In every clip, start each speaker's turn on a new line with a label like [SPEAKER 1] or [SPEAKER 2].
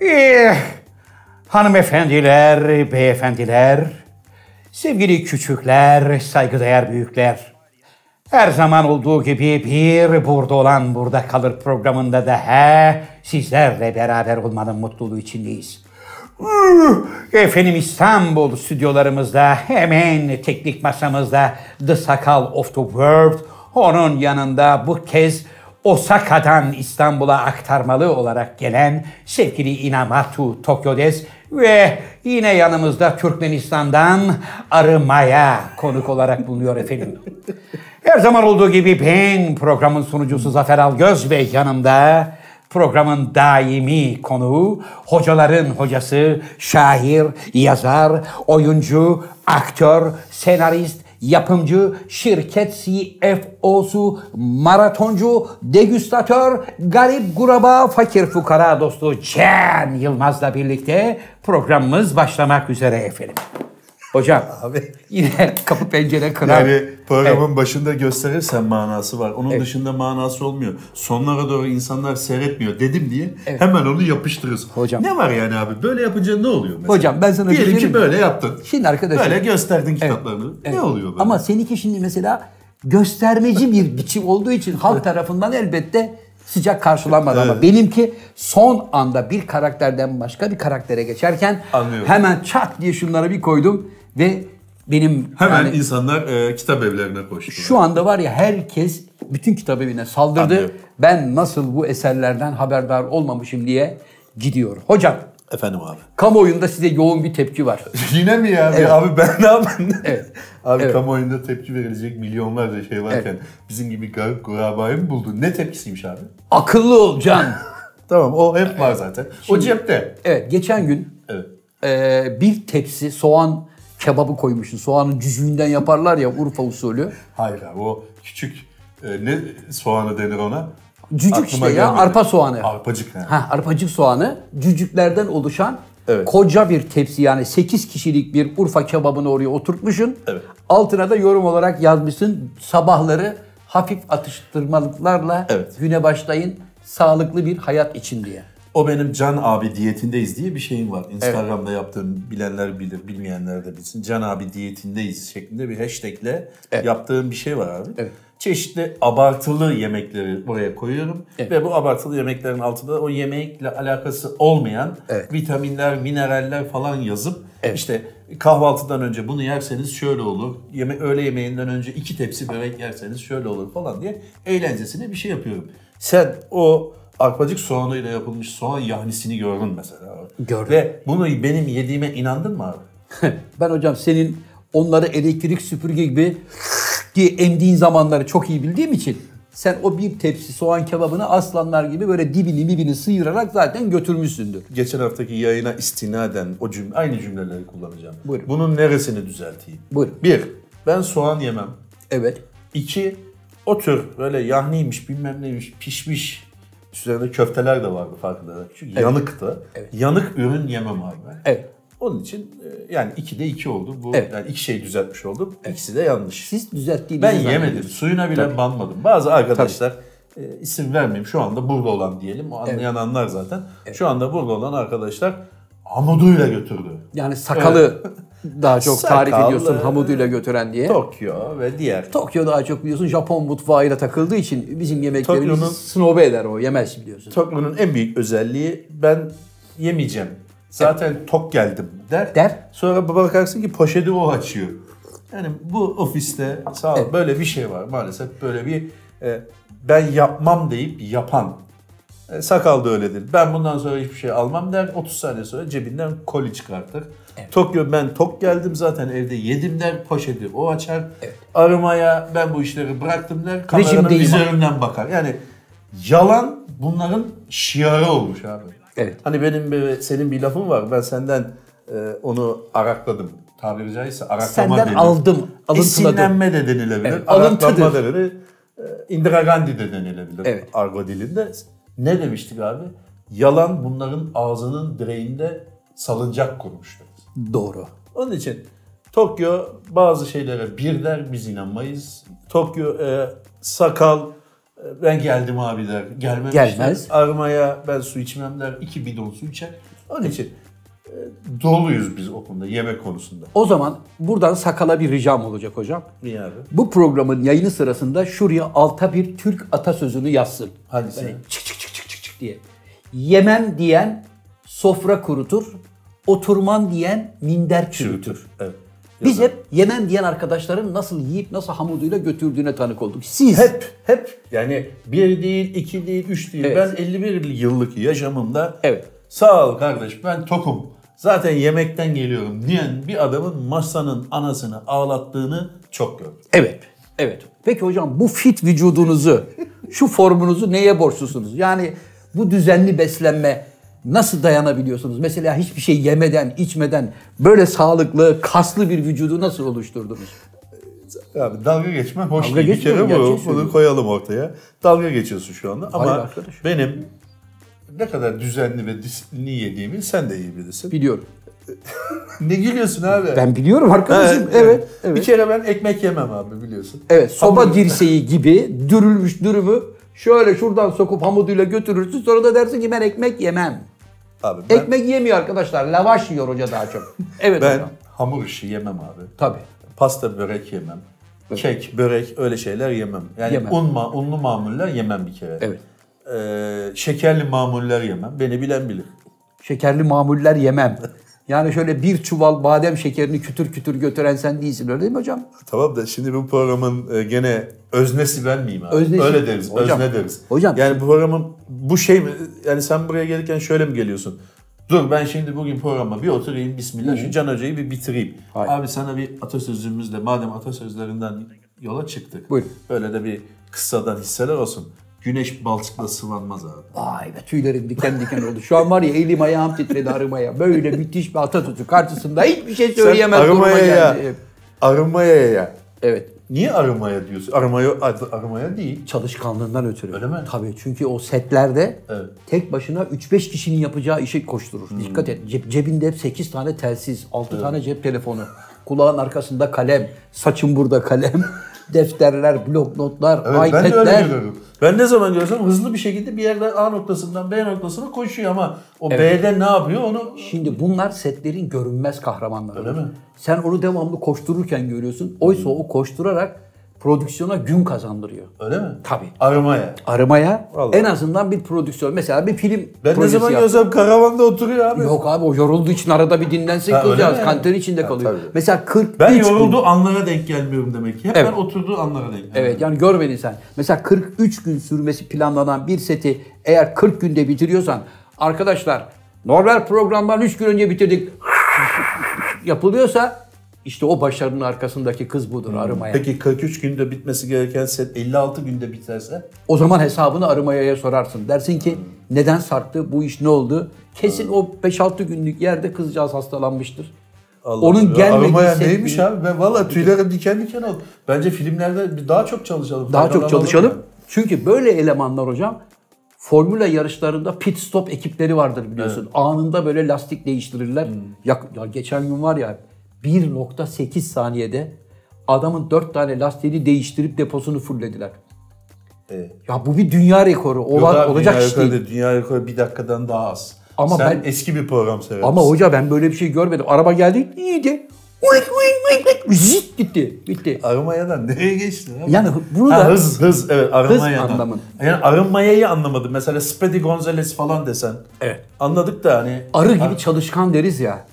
[SPEAKER 1] Eh, hanımefendiler, beyefendiler, sevgili küçükler, saygıdeğer büyükler. Her zaman olduğu gibi bir burada olan burada kalır programında da he, sizlerle beraber olmanın mutluluğu içindeyiz. Uh, Efendim İstanbul stüdyolarımızda hemen teknik masamızda The Sakal of the World. Onun yanında bu kez Osaka'dan İstanbul'a aktarmalı olarak gelen sevgili Inamatu Tokyodes ve yine yanımızda Türkmenistan'dan Arımaya konuk olarak bulunuyor efendim. Her zaman olduğu gibi ben programın sunucusu Zafer Algöz ve yanımda Programın daimi konuğu, hocaların hocası, şair, yazar, oyuncu, aktör, senarist, yapımcı, şirket CFO'su, maratoncu, degüstatör, garip guraba, fakir fukara dostu Can Yılmaz'la birlikte programımız başlamak üzere efendim. Hocam
[SPEAKER 2] Abi.
[SPEAKER 1] yine kapı pencere kırar.
[SPEAKER 2] Yani programın başında gösterirsen manası var. Onun dışında manası olmuyor. Sonlara doğru insanlar seyretmiyor dedim diye hemen onu yapıştırırız.
[SPEAKER 1] Hocam.
[SPEAKER 2] Ne var yani abi? Böyle yapınca ne oluyor mesela?
[SPEAKER 1] Hocam ben sana bir şey
[SPEAKER 2] Diyelim
[SPEAKER 1] diyeyim
[SPEAKER 2] ki
[SPEAKER 1] mi?
[SPEAKER 2] böyle yaptın.
[SPEAKER 1] Şimdi arkadaşım-
[SPEAKER 2] Böyle gösterdin kitaplarını. Ne oluyor böyle?
[SPEAKER 1] Ama seninki şimdi mesela göstermeci bir biçim olduğu için halk tarafından elbette sıcak karşılanmadı ama benimki son anda bir karakterden başka bir karaktere geçerken
[SPEAKER 2] Anlıyorum.
[SPEAKER 1] hemen çat diye şunları bir koydum ve benim
[SPEAKER 2] Hemen
[SPEAKER 1] yani
[SPEAKER 2] insanlar e, kitap evlerine koştular.
[SPEAKER 1] şu anda var ya herkes bütün kitap evine saldırdı.
[SPEAKER 2] Anlıyorum.
[SPEAKER 1] Ben nasıl bu eserlerden haberdar olmamışım diye gidiyor. Hocam
[SPEAKER 2] Efendim abi.
[SPEAKER 1] kamuoyunda size yoğun bir tepki var.
[SPEAKER 2] Yine mi ya? Abi ben ne yapayım?
[SPEAKER 1] Evet.
[SPEAKER 2] Abi
[SPEAKER 1] Evet.
[SPEAKER 2] kamuoyunda tepki verilecek milyonlarca şey varken bizim gibi garip kurabayı mı buldun? Ne tepkisiymiş abi?
[SPEAKER 1] Akıllı ol Can.
[SPEAKER 2] Tamam o hep var zaten. o cepte.
[SPEAKER 1] evet geçen gün
[SPEAKER 2] Evet.
[SPEAKER 1] Ee, bir tepsi soğan kebabı koymuşsun. Soğanın cüzüğünden yaparlar ya Urfa usulü.
[SPEAKER 2] Hayır abi o küçük e, ne soğanı denir ona?
[SPEAKER 1] Cücük
[SPEAKER 2] Aklıma
[SPEAKER 1] işte ya,
[SPEAKER 2] gelmedi.
[SPEAKER 1] arpa soğanı.
[SPEAKER 2] Arpacık yani.
[SPEAKER 1] Ha, arpacık soğanı cücüklerden oluşan
[SPEAKER 2] Evet.
[SPEAKER 1] koca bir tepsi yani 8 kişilik bir Urfa kebabını oraya oturtmuşsun.
[SPEAKER 2] Evet.
[SPEAKER 1] Altına da yorum olarak yazmışsın sabahları hafif atıştırmalıklarla
[SPEAKER 2] Evet.
[SPEAKER 1] güne başlayın sağlıklı bir hayat için diye.
[SPEAKER 2] O benim Can abi diyetindeyiz diye bir şeyim var. Instagram'da yaptığım bilenler bilir, bilmeyenler de bilsin. Can abi diyetindeyiz şeklinde bir hashtagle yaptığım bir şey var abi.
[SPEAKER 1] Evet.
[SPEAKER 2] Çeşitli abartılı yemekleri oraya koyuyorum. Ve bu abartılı yemeklerin altında o yemekle alakası olmayan
[SPEAKER 1] Evet.
[SPEAKER 2] vitaminler, mineraller falan yazıp işte kahvaltıdan önce bunu yerseniz şöyle olur. Yeme öğle yemeğinden önce iki tepsi börek yerseniz şöyle olur falan diye eğlencesine bir şey yapıyorum. Sen o arpacık soğanıyla yapılmış soğan yahnisini gördün mesela. abi.
[SPEAKER 1] Gördüm.
[SPEAKER 2] Ve bunu benim yediğime inandın mı abi?
[SPEAKER 1] Ben hocam senin onları elektrik süpürge gibi diye emdiğin zamanları çok iyi bildiğim için sen o bir tepsi soğan kebabını aslanlar gibi böyle dibini dibini sıyırarak zaten götürmüşsündür.
[SPEAKER 2] Geçen haftaki yayına istinaden o cümle, aynı cümleleri kullanacağım.
[SPEAKER 1] Buyurun.
[SPEAKER 2] Bunun neresini düzelteyim?
[SPEAKER 1] Buyurun.
[SPEAKER 2] Bir, ben soğan yemem.
[SPEAKER 1] Evet.
[SPEAKER 2] İki, o tür böyle yahniymiş bilmem neymiş pişmiş üzerinde köfteler de vardı farkında. Çünkü yanıktı. Yanık ürün yemem abi ben.
[SPEAKER 1] Evet.
[SPEAKER 2] Onun için e, yani iki de iki oldu. Bu
[SPEAKER 1] Evet.
[SPEAKER 2] yani iki şey düzeltmiş oldum. İkisi de yanlış.
[SPEAKER 1] Siz düzelttiğinizi
[SPEAKER 2] Ben
[SPEAKER 1] zannediyorum.
[SPEAKER 2] yemedim. Suyuna bile banmadım. Bazı arkadaşlar e, isim vermeyeyim. Şu anda burada olan diyelim. O anlayan anlar zaten. Şu anda burada olan arkadaşlar hamuduyla götürdü.
[SPEAKER 1] Yani sakalı daha çok tarif
[SPEAKER 2] Sakallı.
[SPEAKER 1] ediyorsun hamuduyla götüren diye.
[SPEAKER 2] Tokyo ve diğer.
[SPEAKER 1] Tokyo daha çok biliyorsun Japon mutfağıyla takıldığı için bizim yemeklerimizi
[SPEAKER 2] Tokyo'nun-
[SPEAKER 1] snobe eder o yemez biliyorsun.
[SPEAKER 2] Tokyo'nun en büyük özelliği ben yemeyeceğim. Zaten tok geldim der.
[SPEAKER 1] Der.
[SPEAKER 2] Sonra baba bakarsın ki poşeti o açıyor. Yani bu ofiste sağ ol böyle bir şey var maalesef böyle bir e, ben yapmam deyip yapan. E, sakal da öyledir. Ben bundan sonra hiçbir şey almam der. 30 saniye sonra cebinden koli çıkartır. Tokyo ben tok geldim zaten evde yedim der. Poşeti o açar. Arımaya ben bu işleri bıraktım der. Kameranın
[SPEAKER 1] Rejimdeyim.
[SPEAKER 2] vizöründen bakar. Yani yalan bunların şiarı olmuş abi.
[SPEAKER 1] Evet.
[SPEAKER 2] Hani benim bir, senin bir lafın var. Ben senden e, onu arakladım. Tabiri caizse araklama
[SPEAKER 1] Senden
[SPEAKER 2] deniyor.
[SPEAKER 1] aldım, alıntıladım.
[SPEAKER 2] Esinlenme de denilebilir.
[SPEAKER 1] Evet,
[SPEAKER 2] Alıntılama
[SPEAKER 1] alıntıdır.
[SPEAKER 2] da denilebilir. E, Indira Gandhi de denilebilir
[SPEAKER 1] Evet.
[SPEAKER 2] argo dilinde. Ne demiştik abi? Yalan bunların ağzının direğinde salıncak kurmuştu.
[SPEAKER 1] Doğru.
[SPEAKER 2] Onun için Tokyo bazı şeylere bir der biz inanmayız. Tokyo e, sakal E, Ben geldim abi der. Gelmemiş
[SPEAKER 1] Gelmez.
[SPEAKER 2] der. Armaya ben su içmem der. İki bidon su içer. Onun için e, doluyuz biz o konuda yemek konusunda.
[SPEAKER 1] O zaman buradan sakala bir ricam olacak hocam.
[SPEAKER 2] Niye abi?
[SPEAKER 1] Bu programın yayını sırasında şuraya alta bir Türk atasözünü yazsın.
[SPEAKER 2] Hadi sen.
[SPEAKER 1] Böyle çık çık çık çık çık çık diye. Yemem diyen sofra kurutur, oturman diyen minder çürütür.
[SPEAKER 2] Evet.
[SPEAKER 1] Biz hep yemem diyen arkadaşların nasıl yiyip nasıl hamuduyla götürdüğüne tanık olduk. Siz
[SPEAKER 2] Hep, hep. Yani bir değil, iki değil, üç değil.
[SPEAKER 1] Evet.
[SPEAKER 2] Ben 51 yıllık yaşamımda
[SPEAKER 1] Evet.
[SPEAKER 2] sağ ol kardeş ben tokum. Zaten yemekten geliyorum diyen bir adamın masanın anasını ağlattığını çok gördüm.
[SPEAKER 1] Evet. Evet. Peki hocam bu fit vücudunuzu, şu formunuzu neye borçlusunuz? Yani bu düzenli beslenme nasıl dayanabiliyorsunuz? Mesela hiçbir şey yemeden, içmeden böyle sağlıklı, kaslı bir vücudu nasıl oluşturdunuz?
[SPEAKER 2] Abi dalga geçme hoş
[SPEAKER 1] Dalga
[SPEAKER 2] değil. Bir
[SPEAKER 1] geçmiyorum,
[SPEAKER 2] kere bu,
[SPEAKER 1] gerçek
[SPEAKER 2] bunu
[SPEAKER 1] söylüyorum.
[SPEAKER 2] koyalım ortaya. Dalga geçiyorsun şu anda ama
[SPEAKER 1] Hayır arkadaş.
[SPEAKER 2] benim ne kadar düzenli ve disiplinli yediğimi sen de iyi bilirsin.
[SPEAKER 1] Biliyorum.
[SPEAKER 2] Ne gülüyorsun abi?
[SPEAKER 1] Ben biliyorum arkadaşım.
[SPEAKER 2] Ha,
[SPEAKER 1] evet. Evet.
[SPEAKER 2] Bir
[SPEAKER 1] Evet.
[SPEAKER 2] kere ben ekmek yemem abi biliyorsun.
[SPEAKER 1] soba
[SPEAKER 2] Hamur-
[SPEAKER 1] dirseği gibi dürülmüş dürümü şöyle şuradan sokup hamuduyla götürürsün. Sonra da dersin ki ben ekmek yemem.
[SPEAKER 2] Abi ben,
[SPEAKER 1] Ekmek yemiyor arkadaşlar. Lavaş yiyor hoca daha çok. Evet
[SPEAKER 2] ben
[SPEAKER 1] hocam.
[SPEAKER 2] hamur işi yemem abi.
[SPEAKER 1] Tabii.
[SPEAKER 2] Pasta börek yemem. Kek, börek öyle şeyler yemem. Yani
[SPEAKER 1] Yemem.
[SPEAKER 2] un ma- unlu mamuller yemem bir kere.
[SPEAKER 1] Evet.
[SPEAKER 2] Ee, şekerli mamuller yemem. Beni bilen bilir.
[SPEAKER 1] Şekerli mamuller yemem. Yani şöyle bir çuval badem şekerini kütür kütür götüren sen değilsin öyle değil mi hocam?
[SPEAKER 2] Tamam da şimdi bu programın e, gene öznesi ben miyim abi?
[SPEAKER 1] Öznesi-
[SPEAKER 2] Öyle deriz,
[SPEAKER 1] Hocam,
[SPEAKER 2] özne deriz.
[SPEAKER 1] hocam-
[SPEAKER 2] Yani bu programın bu şey mi? Yani sen buraya gelirken şöyle mi geliyorsun? Dur ben şimdi bugün programa bir oturayım bismillah şu Can Hoca'yı bir bitireyim.
[SPEAKER 1] Hayır.
[SPEAKER 2] Abi sana bir atasözümüzle madem atasözlerinden yola çıktık.
[SPEAKER 1] Buyurun.
[SPEAKER 2] Böyle de bir kıssadan hisseler olsun. Güneş balçıkla sıvanmaz abi.
[SPEAKER 1] Vay be tüylerim diken diken oldu. Şu an var ya elim ayağım titredi arımaya. Böyle müthiş bir Atatürk karşısında hiçbir şey söyleyemez duruma
[SPEAKER 2] arımaya ya.
[SPEAKER 1] geldi.
[SPEAKER 2] Arımaya ya.
[SPEAKER 1] Evet.
[SPEAKER 2] Niye arımaya diyorsun? Arımaya, arımaya değil.
[SPEAKER 1] Çalışkanlığından ötürü.
[SPEAKER 2] Öyle mi?
[SPEAKER 1] Tabii çünkü o setlerde
[SPEAKER 2] Evet. Hmm.
[SPEAKER 1] tek başına 3-5 kişinin yapacağı işe koşturur. Dikkat et. Ceb- cebinde hep 8 tane telsiz, 6 tane cep telefonu. Kulağın arkasında kalem, saçın burada kalem, defterler, bloknotlar,
[SPEAKER 2] Evet, ben de öyle
[SPEAKER 1] iPad'ler.
[SPEAKER 2] görüyorum. Ben ne zaman görsem hızlı bir şekilde bir yerden A noktasından B noktasına koşuyor ama o B'de ne yapıyor onu
[SPEAKER 1] Şimdi bunlar setlerin görünmez kahramanları.
[SPEAKER 2] Öyle mi? Hmm.
[SPEAKER 1] Sen onu devamlı koştururken görüyorsun. Oysa o koşturarak prodüksiyona gün kazandırıyor.
[SPEAKER 2] öyle mi?
[SPEAKER 1] Tabii.
[SPEAKER 2] Arımaya.
[SPEAKER 1] Aramaya
[SPEAKER 2] Vallahi.
[SPEAKER 1] en azından bir prodüksiyon. Mesela bir film
[SPEAKER 2] Ben ne
[SPEAKER 1] projesi
[SPEAKER 2] zaman
[SPEAKER 1] yaptın.
[SPEAKER 2] görsem karavanda oturuyor abi.
[SPEAKER 1] Yok abi o yorulduğu için arada bir dinlensin
[SPEAKER 2] Ha,
[SPEAKER 1] kızcağız.
[SPEAKER 2] öyle mi?
[SPEAKER 1] Kanterin içinde kalıyor.
[SPEAKER 2] tabii.
[SPEAKER 1] Mesela 43
[SPEAKER 2] Ben
[SPEAKER 1] gün-
[SPEAKER 2] yorulduğu anlara denk gelmiyorum demek ki. Hep
[SPEAKER 1] Evet.
[SPEAKER 2] ben oturduğu anlara denk gelmiyorum.
[SPEAKER 1] Evet yani görmedin sen. Mesela 43 gün sürmesi planlanan bir seti eğer 40 günde bitiriyorsan arkadaşlar normal programdan 3 gün önce bitirdik yapılıyorsa işte o başarının arkasındaki kız budur arımaya.
[SPEAKER 2] Hmm. Peki 43 günde bitmesi gereken set 56 günde biterse
[SPEAKER 1] O zaman hesabını Arımaya'ya sorarsın. Dersin ki neden sarktı, bu iş ne oldu? Kesin o 5-6 günlük yerde kızcağız hastalanmıştır.
[SPEAKER 2] Allah
[SPEAKER 1] Onun
[SPEAKER 2] Allah.
[SPEAKER 1] gelmediği
[SPEAKER 2] Arımaya
[SPEAKER 1] set
[SPEAKER 2] neymiş
[SPEAKER 1] günü-
[SPEAKER 2] abi? Ben valla tüylerim diken diken oldu. Bence filmlerde bir daha çok çalışalım.
[SPEAKER 1] Daha çok
[SPEAKER 2] Faydalanalım
[SPEAKER 1] çalışalım.
[SPEAKER 2] yani.
[SPEAKER 1] Çünkü böyle elemanlar hocam Formula yarışlarında pit stop ekipleri vardır biliyorsun. Anında böyle lastik değiştirirler.
[SPEAKER 2] Hmm.
[SPEAKER 1] Ya, ya geçen gün var ya 1.8 saniyede adamın 4 tane lastiğini değiştirip deposunu fullediler.
[SPEAKER 2] Evet.
[SPEAKER 1] Ya bu bir dünya rekoru. Olan,
[SPEAKER 2] Yok abi,
[SPEAKER 1] olacak
[SPEAKER 2] dünya
[SPEAKER 1] iş değil.
[SPEAKER 2] rekoru değil. Dünya rekoru bir dakikadan daha az.
[SPEAKER 1] Ama
[SPEAKER 2] Sen
[SPEAKER 1] ben-
[SPEAKER 2] eski bir program seversin.
[SPEAKER 1] Ama hoca ben böyle bir şey görmedim. Araba geldi iyiydi. Uyk, uyk, uyk, uyk, Zit gitti. Bitti.
[SPEAKER 2] Arımayadan nereye geçtin? abi?
[SPEAKER 1] Yani bunu
[SPEAKER 2] Ha,
[SPEAKER 1] da-
[SPEAKER 2] hız hız evet arınmayadan.
[SPEAKER 1] Hız anlamın.
[SPEAKER 2] Yani arınmayayı anlamadım. Mesela Speedy Gonzales falan desen.
[SPEAKER 1] Evet.
[SPEAKER 2] Anladık da hani.
[SPEAKER 1] Arı gibi çalışkan deriz ya.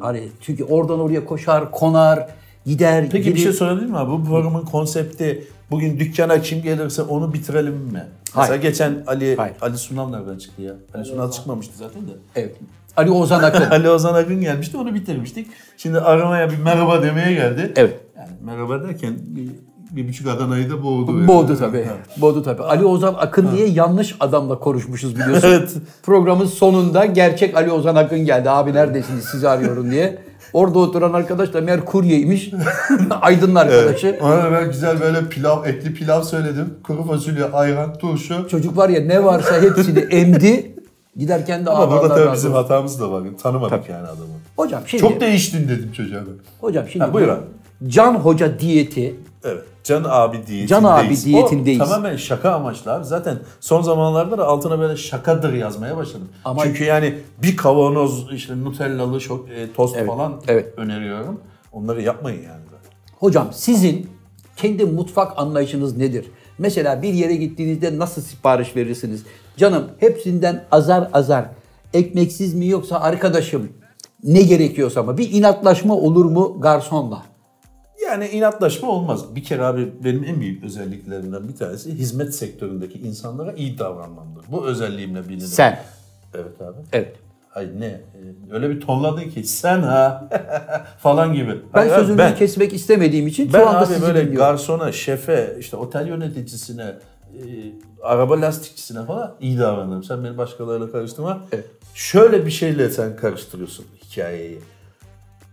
[SPEAKER 1] Hani çünkü oradan oraya koşar, konar, gider,
[SPEAKER 2] Peki bir
[SPEAKER 1] gelir.
[SPEAKER 2] şey sorabilir miyim abi? Bu programın konsepti bugün dükkana kim gelirse onu bitirelim mi? Mesela
[SPEAKER 1] Hayır.
[SPEAKER 2] geçen Ali
[SPEAKER 1] Hayır.
[SPEAKER 2] Ali Sunal nereden çıktı ya? Ali Sunal çıkmamıştı zaten de.
[SPEAKER 1] Evet. Ali Ozan Akın.
[SPEAKER 2] Ali Ozan Akın gelmişti onu bitirmiştik. Şimdi aramaya bir merhaba demeye geldi.
[SPEAKER 1] Evet.
[SPEAKER 2] Yani merhaba derken bir, bir buçuk Adana'yı da boğdu. yani.
[SPEAKER 1] Boğdu tabii.
[SPEAKER 2] Ha.
[SPEAKER 1] Boğdu tabii. Ali Ozan Akın diye yanlış adamla konuşmuşuz biliyorsun.
[SPEAKER 2] Evet.
[SPEAKER 1] Programın sonunda gerçek Ali Ozan Akın geldi. Abi neredesiniz sizi arıyorum diye. Orada oturan arkadaş da meğer kuryeymiş. Aydın'ın arkadaşı.
[SPEAKER 2] Ona da ben güzel böyle pilav, etli pilav söyledim. Kuru fasulye, ayran, turşu.
[SPEAKER 1] Çocuk var ya ne varsa hepsini emdi. Giderken de
[SPEAKER 2] Ama
[SPEAKER 1] Allah
[SPEAKER 2] burada
[SPEAKER 1] Allah
[SPEAKER 2] tabii
[SPEAKER 1] razı
[SPEAKER 2] bizim
[SPEAKER 1] olsun.
[SPEAKER 2] hatamız da var. Tanımadık yani adamı.
[SPEAKER 1] Hocam şimdi
[SPEAKER 2] Çok değiştin dedim çocuğa ben.
[SPEAKER 1] hocam şimdi
[SPEAKER 2] Ha, buyur abi.
[SPEAKER 1] Can Hoca diyeti
[SPEAKER 2] Evet. Can abi diyetindeyiz.
[SPEAKER 1] Can abi diyetindeyiz.
[SPEAKER 2] O tamamen şaka amaçlı abi. Zaten son zamanlarda da altına böyle şakadır yazmaya başladım.
[SPEAKER 1] Ama-
[SPEAKER 2] Çünkü yani bir kavanoz işte nutellalı şok, e, tost
[SPEAKER 1] Evet,
[SPEAKER 2] falan
[SPEAKER 1] evet.
[SPEAKER 2] öneriyorum. Onları yapmayın yani. zaten.
[SPEAKER 1] Hocam sizin kendi mutfak anlayışınız nedir? Mesela bir yere gittiğinizde nasıl sipariş verirsiniz? Canım hepsinden azar azar. Ekmeksiz mi yoksa arkadaşım ne gerekiyorsa ama bir inatlaşma olur mu garsonla?
[SPEAKER 2] Yani inatlaşma olmaz. Bir kere abi benim en büyük özelliklerimden bir tanesi hizmet sektöründeki insanlara iyi davranmamdır. Bu özelliğimle bilinirim.
[SPEAKER 1] Sen.
[SPEAKER 2] Evet abi.
[SPEAKER 1] Evet.
[SPEAKER 2] Ay ne? e, Öyle bir tonladın ki sen ha falan gibi.
[SPEAKER 1] Ben
[SPEAKER 2] Hayır abi,
[SPEAKER 1] sözünüzü kesmek istemediğim için
[SPEAKER 2] Ben
[SPEAKER 1] şu anda
[SPEAKER 2] abi
[SPEAKER 1] sizi
[SPEAKER 2] böyle
[SPEAKER 1] dinliyorum.
[SPEAKER 2] garsona, şefe, işte otel yöneticisine, e, araba lastikçisine falan iyi davranırım. Sen beni başkalarıyla karıştırma.
[SPEAKER 1] Evet.
[SPEAKER 2] Şöyle bir şeyle sen karıştırıyorsun hikayeyi.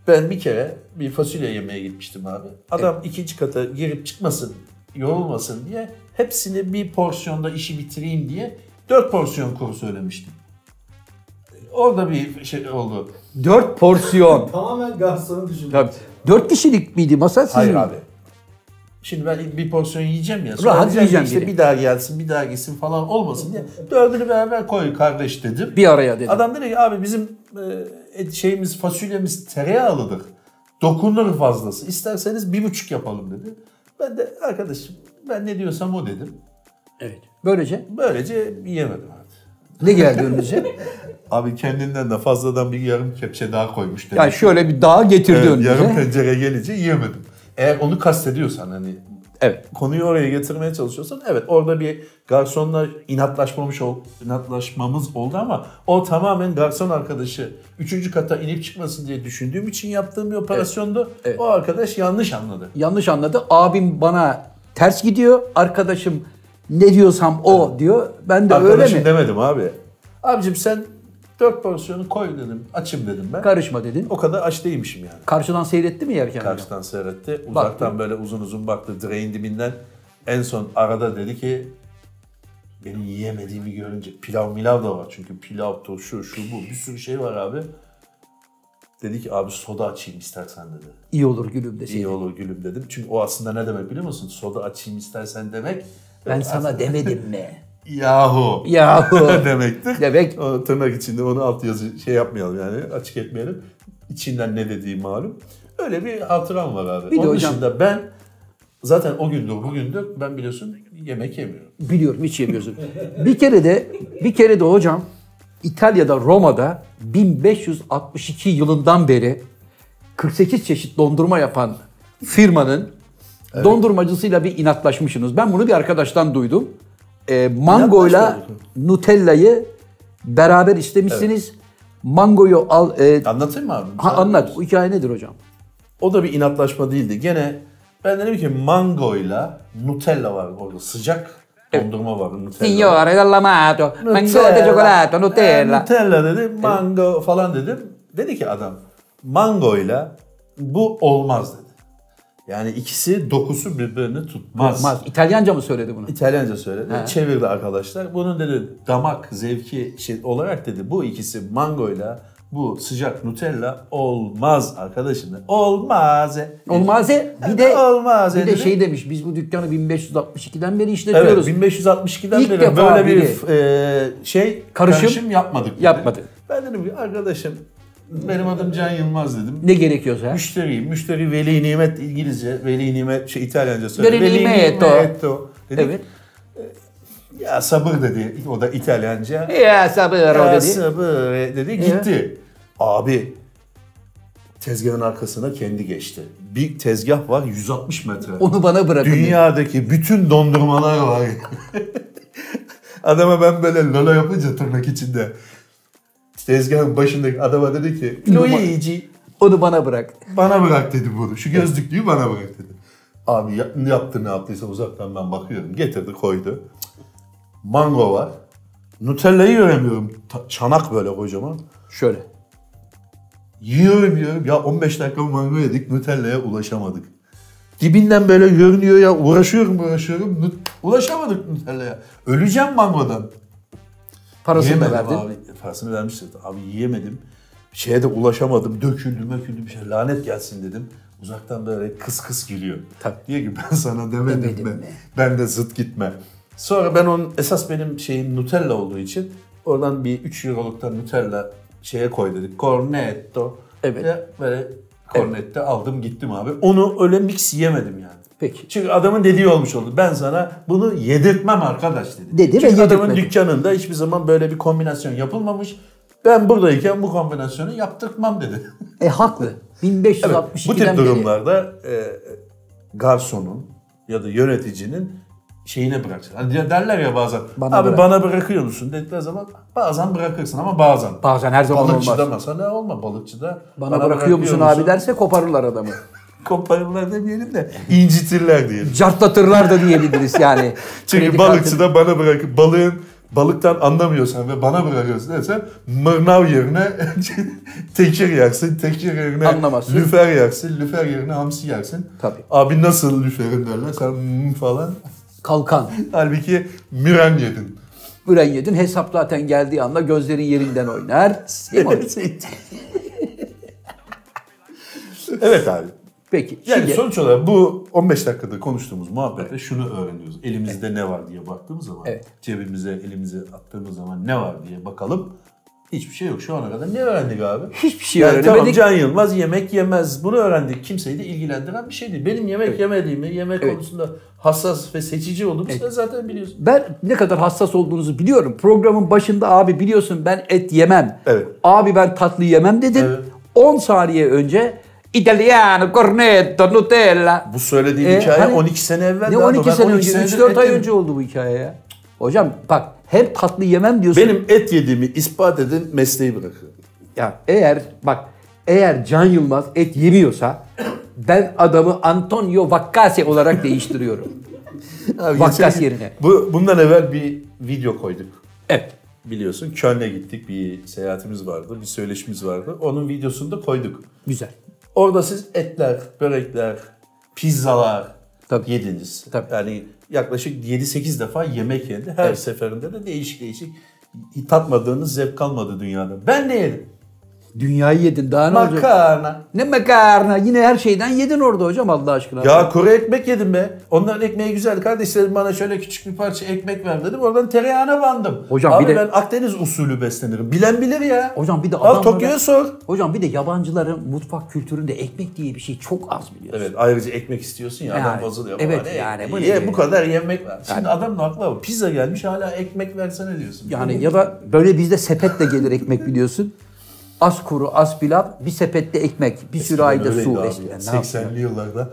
[SPEAKER 2] Ben bir kere bir fasulye yemeye gitmiştim abi. Adam ikinci kata girip çıkmasın, yorulmasın diye hepsini bir porsiyonda işi bitireyim diye dört porsiyon kuru söylemiştim. Orada bir şey oldu.
[SPEAKER 3] Dört porsiyon.
[SPEAKER 4] Tamamen garsonu düşündüm.
[SPEAKER 1] Tabii. Dört kişilik miydi masa sizin?
[SPEAKER 2] Hayır
[SPEAKER 1] mi?
[SPEAKER 2] abi. Şimdi ben bir porsiyon yiyeceğim ya. Sonra
[SPEAKER 1] Rahat
[SPEAKER 2] diyeceğim ki
[SPEAKER 1] yiyeceğim
[SPEAKER 2] işte
[SPEAKER 1] biri.
[SPEAKER 2] bir daha gelsin, bir daha gitsin falan olmasın diye. Dördünü beraber koy kardeş dedim.
[SPEAKER 1] Bir araya dedim.
[SPEAKER 2] Adam dedi ki abi bizim e, et- şeyimiz fasulyemiz tereyağlıdır. Dokunur fazlası. İsterseniz bir buçuk yapalım dedi. Ben de arkadaşım ben ne diyorsam o dedim.
[SPEAKER 1] Evet. Böylece
[SPEAKER 2] Böylece yiyemedim abi.
[SPEAKER 1] ne geldi önünüze?
[SPEAKER 2] Abi kendinden de fazladan bir yarım kepçe daha koymuş dedi.
[SPEAKER 1] yani şöyle bir dağ getirdi
[SPEAKER 2] Evet,
[SPEAKER 1] önünüze.
[SPEAKER 2] yarım tencere gelince yiyemedim. Eğer onu kastediyorsan hani
[SPEAKER 1] Evet.
[SPEAKER 2] konuyu oraya getirmeye çalışıyorsan evet orada bir garsonla inatlaşmamış ol, inatlaşmamız oldu ama o tamamen garson arkadaşı üçüncü kata inip çıkmasın diye düşündüğüm için yaptığım bir operasyondu.
[SPEAKER 1] evet.
[SPEAKER 2] O arkadaş yanlış anladı.
[SPEAKER 1] yanlış anladı. Abim bana ters gidiyor. Arkadaşım ne diyorsam o diyor. Ben de öyle
[SPEAKER 2] Arkadaşım
[SPEAKER 1] mi?
[SPEAKER 2] demedim abi. Abicim sen dört porsiyonu koy dedim. Açım dedim ben.
[SPEAKER 1] Karışma dedin.
[SPEAKER 2] o kadar aç değilmişim yani.
[SPEAKER 1] Karşıdan seyretti mi yerken?
[SPEAKER 2] Karşıdan seyretti. Uzaktan böyle uzun uzun baktı direğin dibinden. En son arada dedi ki benim yiyemediğimi görünce pilav milav da var çünkü pilav, turşu, şu bu bir sürü şey var abi. Dedi ki abi soda açayım istersen dedi.
[SPEAKER 1] İyi olur gülüm deseydin.
[SPEAKER 2] İyi olur gülüm dedim. Çünkü o aslında ne demek biliyor musun? Soda açayım istersen demek.
[SPEAKER 1] Ben sana demedim mi?
[SPEAKER 2] Yahu.
[SPEAKER 1] Yahu.
[SPEAKER 2] demektir.
[SPEAKER 1] Demek-
[SPEAKER 2] O tırnak içinde onu alt yazı şey yapmayalım yani açık etmeyelim. İçinden ne dediği malum. Öyle bir hatıram var abi.
[SPEAKER 1] Bir de
[SPEAKER 2] Onun
[SPEAKER 1] hocam-
[SPEAKER 2] dışında ben zaten o gündür bugündür ben biliyorsun yemek yemiyorum.
[SPEAKER 1] Biliyorum hiç yemiyorsun. bir kere de bir kere de hocam İtalya'da Roma'da 1562 yılından beri 48 çeşit dondurma yapan firmanın dondurmacısıyla bir inatlaşmışsınız. Ben bunu bir arkadaştan duydum. Ee, mangoyla
[SPEAKER 2] İnatlaşmadınız
[SPEAKER 1] Nutella'yı beraber istemişsiniz. Mangoyu al e,
[SPEAKER 2] Anlatayım mı abi?
[SPEAKER 1] ha, anlat. O hikaye nedir hocam?
[SPEAKER 2] O da bir inatlaşma değildi. Gene ben dedim ki mangoyla Nutella var orada sıcak dondurma var Nutella. var.
[SPEAKER 1] Signore dell'amato, mango di cioccolato,
[SPEAKER 2] Eh,
[SPEAKER 1] Nutella.
[SPEAKER 2] Nutella dedim, mango falan dedim. Dedi ki adam, mangoyla bu olmaz dedi. Yani ikisi dokusu birbirini tutmaz.
[SPEAKER 1] Olmaz. İtalyanca mı söyledi bunu?
[SPEAKER 2] İtalyanca söyledi. Çevirdi arkadaşlar. Bunun dedi damak zevki şey olarak dedi bu ikisi mangoyla bu sıcak Nutella olmaz arkadaşım. dedi. Olmaz.
[SPEAKER 1] Olmaz e. Bir de
[SPEAKER 2] Olmaz e
[SPEAKER 1] Bir de
[SPEAKER 2] dedi.
[SPEAKER 1] şey demiş. Biz bu dükkanı 1562'den beri
[SPEAKER 2] Evet,
[SPEAKER 1] işletiyoruz.
[SPEAKER 2] 1562'den
[SPEAKER 1] İlk
[SPEAKER 2] beri
[SPEAKER 1] defa
[SPEAKER 2] böyle bir
[SPEAKER 1] biri-
[SPEAKER 2] e, şey
[SPEAKER 1] Karışım
[SPEAKER 2] karışım, yapmadık. dedi.
[SPEAKER 1] yapmadı.
[SPEAKER 2] Ben dedim ki arkadaşım benim adım Can Yılmaz dedim.
[SPEAKER 1] Ne gerekiyorsa.
[SPEAKER 2] Müşteriyim. Müşteri veli nimet İngilizce, veli nimet şey İtalyanca söyledi.
[SPEAKER 1] Veli nimetto.
[SPEAKER 2] Dedik,
[SPEAKER 1] Evet.
[SPEAKER 2] Ya sabır dedi. O da İtalyanca.
[SPEAKER 1] Ya sabır o
[SPEAKER 2] Ya
[SPEAKER 1] dedi.
[SPEAKER 2] sabır e, dedi gitti. Abi tezgahın arkasına kendi geçti. Bir tezgah var 160 metre.
[SPEAKER 1] Onu bana bırakın. dedi.
[SPEAKER 2] Dünyadaki bütün dondurmalar var. Adama ben böyle lolo yapınca tırnak içinde. Tezgahın başındaki adama dedi ki Luigi
[SPEAKER 1] Onu bana bırak.
[SPEAKER 2] bana bırak dedi bunu. Şu gözlüklüyü bana bırak dedi. Abi ya- ne yaptı ne yaptıysa uzaktan ben bakıyorum. Getirdi koydu. Mango var. Nutella'yı göremiyorum. Ta- çanak böyle kocaman.
[SPEAKER 1] Şöyle.
[SPEAKER 2] Yiyorum yiyorum. Ya 15 dakika mango yedik Nutella'ya ulaşamadık. Dibinden böyle görünüyor ya uğraşıyorum uğraşıyorum. Nut- ulaşamadık Nutella'ya. Öleceğim mangodan.
[SPEAKER 1] Parasını da
[SPEAKER 2] Yiyemedim
[SPEAKER 1] verdin.
[SPEAKER 2] abi. Parasını vermişti. Abi yiyemedim. Şeye de ulaşamadım. Döküldü möküldü bir şey. Lanet gelsin dedim. Uzaktan böyle kıs kıs gülüyor.
[SPEAKER 1] Tabii.
[SPEAKER 2] Diyor ki ben sana demedim,
[SPEAKER 1] Demedim
[SPEAKER 2] mi?
[SPEAKER 1] mi?
[SPEAKER 2] Ben de zıt gitme. Sonra ben onun esas benim şeyim Nutella olduğu için oradan bir 3 euroluktan Nutella şeye koy dedik. Cornetto.
[SPEAKER 1] Evet.
[SPEAKER 2] Ve böyle cornetto aldım gittim abi. Onu öyle mix yemedim yani.
[SPEAKER 1] Peki.
[SPEAKER 2] Çünkü adamın dediği olmuş oldu. Ben sana bunu yedirtmem arkadaş dedi.
[SPEAKER 1] Dedi ve
[SPEAKER 2] Çünkü adamın
[SPEAKER 1] yedirtmedi.
[SPEAKER 2] dükkanında hiçbir zaman böyle bir kombinasyon yapılmamış. Ben buradayken bu kombinasyonu yaptırtmam dedi.
[SPEAKER 1] E haklı.
[SPEAKER 2] Evet,
[SPEAKER 1] 1562'den
[SPEAKER 2] bu tip
[SPEAKER 1] beri.
[SPEAKER 2] durumlarda e, garsonun ya da yöneticinin şeyine bırakacaksın. Hani derler ya bazen,
[SPEAKER 1] Bana
[SPEAKER 2] abi
[SPEAKER 1] bırak."
[SPEAKER 2] bana bırakıyor musun dedikleri zaman bazen bırakırsın ama bazen.
[SPEAKER 1] Bazen her zaman olmaz.
[SPEAKER 2] Balıkçıda mesela olma, balıkçıda
[SPEAKER 1] Bana, bırakıyor musun abi derse koparırlar adamı.
[SPEAKER 2] Koparırlar demeyelim de incitirler diyelim.
[SPEAKER 1] Cartlatırlar da diyebiliriz yani.
[SPEAKER 2] Çünkü
[SPEAKER 1] Kredi
[SPEAKER 2] balıkçı da bana bırakıp balığın balıktan anlamıyorsan ve bana bırakıyorsun dersen mırnav yerine tekir yersin, tekir yerine
[SPEAKER 1] Anlamazsın.
[SPEAKER 2] lüfer yersin, lüfer yerine hamsi yersin.
[SPEAKER 1] Tabii.
[SPEAKER 2] Abi nasıl lüferin derler sen "Hmm" falan.
[SPEAKER 1] kartı- Kalkan.
[SPEAKER 2] Halbuki müren yedin.
[SPEAKER 1] Müren yedin hesap zaten geldiği anda gözlerin yerinden oynar. Değil mi?
[SPEAKER 2] evet abi.
[SPEAKER 1] Peki.
[SPEAKER 2] Yani
[SPEAKER 1] şimdi-
[SPEAKER 2] sonuç olarak bu 15 dakikada konuştuğumuz muhabbette şunu öğreniyoruz. Elimizde ne var diye baktığımız zaman,
[SPEAKER 1] Evet.
[SPEAKER 2] cebimize elimize attığımız zaman ne var diye bakalım. Hiçbir şey yok. Şu ana kadar ne öğrendik abi?
[SPEAKER 1] Hiçbir şey
[SPEAKER 2] yani tamam
[SPEAKER 1] öğrenemedik.
[SPEAKER 2] Can Yılmaz yemek yemez. Bunu öğrendik. Kimseyi de ilgilendiren bir şey değil. Benim yemek yemediğimi, yemek
[SPEAKER 1] Evet.
[SPEAKER 2] konusunda hassas ve seçici olduğumu sen zaten biliyorsun.
[SPEAKER 1] Ben ne kadar hassas olduğunuzu biliyorum. Programın başında abi biliyorsun ben et yemem.
[SPEAKER 2] Evet.
[SPEAKER 1] Abi ben tatlı yemem dedin.
[SPEAKER 2] Evet.
[SPEAKER 1] 10 saniye önce İtalyano, cornetto, Nutella.
[SPEAKER 2] Bu söylediğin
[SPEAKER 1] E,
[SPEAKER 2] hikaye
[SPEAKER 1] hani-
[SPEAKER 2] 12 sene evvel.
[SPEAKER 1] Ne
[SPEAKER 2] daha da
[SPEAKER 1] 12
[SPEAKER 2] ben
[SPEAKER 1] sene önce?
[SPEAKER 2] senedir
[SPEAKER 1] 3-4
[SPEAKER 2] et
[SPEAKER 1] ay
[SPEAKER 2] yemedim.
[SPEAKER 1] önce oldu bu hikaye ya. Hocam bak hem tatlı yemem diyorsun.
[SPEAKER 2] Benim et yediğimi ispat edin mesleği bırakıyorum.
[SPEAKER 1] Ya eğer bak eğer Can Yılmaz et yemiyorsa ben adamı Antonio Vaccase olarak değiştiriyorum.
[SPEAKER 2] Abi
[SPEAKER 1] Vakkas
[SPEAKER 2] geçen gün-
[SPEAKER 1] yerine.
[SPEAKER 2] Bu, bundan evvel bir video koyduk.
[SPEAKER 1] evet.
[SPEAKER 2] Biliyorsun Köln'e gittik bir seyahatimiz vardı, bir söyleşimiz vardı. Onun videosunu da koyduk.
[SPEAKER 1] Güzel.
[SPEAKER 2] Orada siz etler, börekler, pizzalar
[SPEAKER 1] Tabii.
[SPEAKER 2] yediniz.
[SPEAKER 1] Tabii.
[SPEAKER 2] Yani yaklaşık 7-8 defa yemek yendi. Her
[SPEAKER 1] Evet.
[SPEAKER 2] seferinde de değişik değişik tatmadığınız zevk kalmadı dünyada. Ben ne yedim?
[SPEAKER 1] Dünyayı yedin daha ne olacak?
[SPEAKER 2] Makarna.
[SPEAKER 1] Ne makarna? Yine her şeyden yedin orada hocam Allah aşkına.
[SPEAKER 2] Ya kuru ekmek yedim be. Onların ekmeği güzel. Kardeşlerim bana şöyle küçük bir parça ekmek ver dedim. Oradan tereyağına bandım.
[SPEAKER 1] Hocam
[SPEAKER 2] Abi
[SPEAKER 1] bir de-
[SPEAKER 2] ben Akdeniz usulü beslenirim. Bilen bilir ya.
[SPEAKER 1] Hocam bir de
[SPEAKER 2] Al
[SPEAKER 1] adamlara-
[SPEAKER 2] Tokyo'ya sor.
[SPEAKER 1] Hocam bir de yabancıların mutfak kültüründe ekmek diye bir şey çok az biliyorsun.
[SPEAKER 2] Evet ayrıca ekmek istiyorsun ya
[SPEAKER 1] Yani,
[SPEAKER 2] adam bozuluyor.
[SPEAKER 1] evet
[SPEAKER 2] Bana
[SPEAKER 1] yani, bu
[SPEAKER 2] bu,
[SPEAKER 1] ne
[SPEAKER 2] ye,
[SPEAKER 1] yani?
[SPEAKER 2] bu kadar yemek var. Şimdi adam da haklı abi. Pizza gelmiş hala ekmek versene diyorsun.
[SPEAKER 1] Yani ya da böyle bizde sepetle gelir ekmek biliyorsun. Az kuru, az pilav, bir sepette ekmek, bir sürahide
[SPEAKER 2] Öyleydi
[SPEAKER 1] su.
[SPEAKER 2] abi ya.
[SPEAKER 1] Eskiden ne yaptın?
[SPEAKER 2] 80'li yıllarda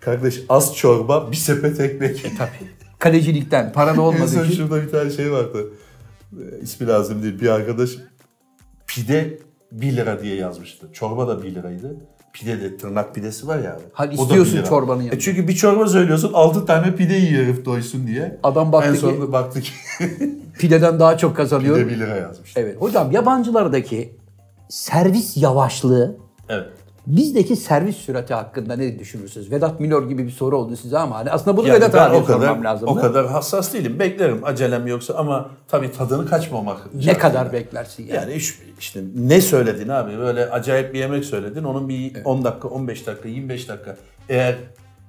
[SPEAKER 2] kardeş az çorba bir sepet ekmek.
[SPEAKER 1] E, Kalecilikten, paran
[SPEAKER 2] en son
[SPEAKER 1] olmadığı için.
[SPEAKER 2] şurada bir tane şey vardı. Ee, İsmi lazım değil bir arkadaş. Pide 1 lira diye yazmıştı. Çorba da 1 liraydı. Pide de tırnak pidesi var ya. abi.
[SPEAKER 1] Hadi
[SPEAKER 2] O da
[SPEAKER 1] istiyorsun
[SPEAKER 2] bir lira.
[SPEAKER 1] çorbanın yanında.
[SPEAKER 2] E çünkü bir çorba söylüyorsun 6 tane pide yiyor herif doysun diye.
[SPEAKER 1] Adam baktı
[SPEAKER 2] en
[SPEAKER 1] ki-
[SPEAKER 2] sonunda baktı ki
[SPEAKER 1] Pideden daha çok kazanıyor.
[SPEAKER 2] pide 1 lira yazmış.
[SPEAKER 1] Evet. Hocam yabancılardaki servis yavaşlığı
[SPEAKER 2] Evet.
[SPEAKER 1] bizdeki servis sürati hakkında ne düşünürsünüz? Vedat Milor gibi bir soru oldu size ama hani aslında bunu
[SPEAKER 2] Yani
[SPEAKER 1] Vedat
[SPEAKER 2] ben
[SPEAKER 1] abiye
[SPEAKER 2] o
[SPEAKER 1] sormam
[SPEAKER 2] kadar,
[SPEAKER 1] lazım.
[SPEAKER 2] o kadar hassas değilim. Beklerim acelem yoksa ama tabii tadını kaçmamak.
[SPEAKER 1] Ne
[SPEAKER 2] şartıyla.
[SPEAKER 1] kadar beklersin yani?
[SPEAKER 2] Yani iş- işte ne söyledin abi böyle acayip bir yemek söyledin onun bir 10 dakika 15 dakika 25 dakika eğer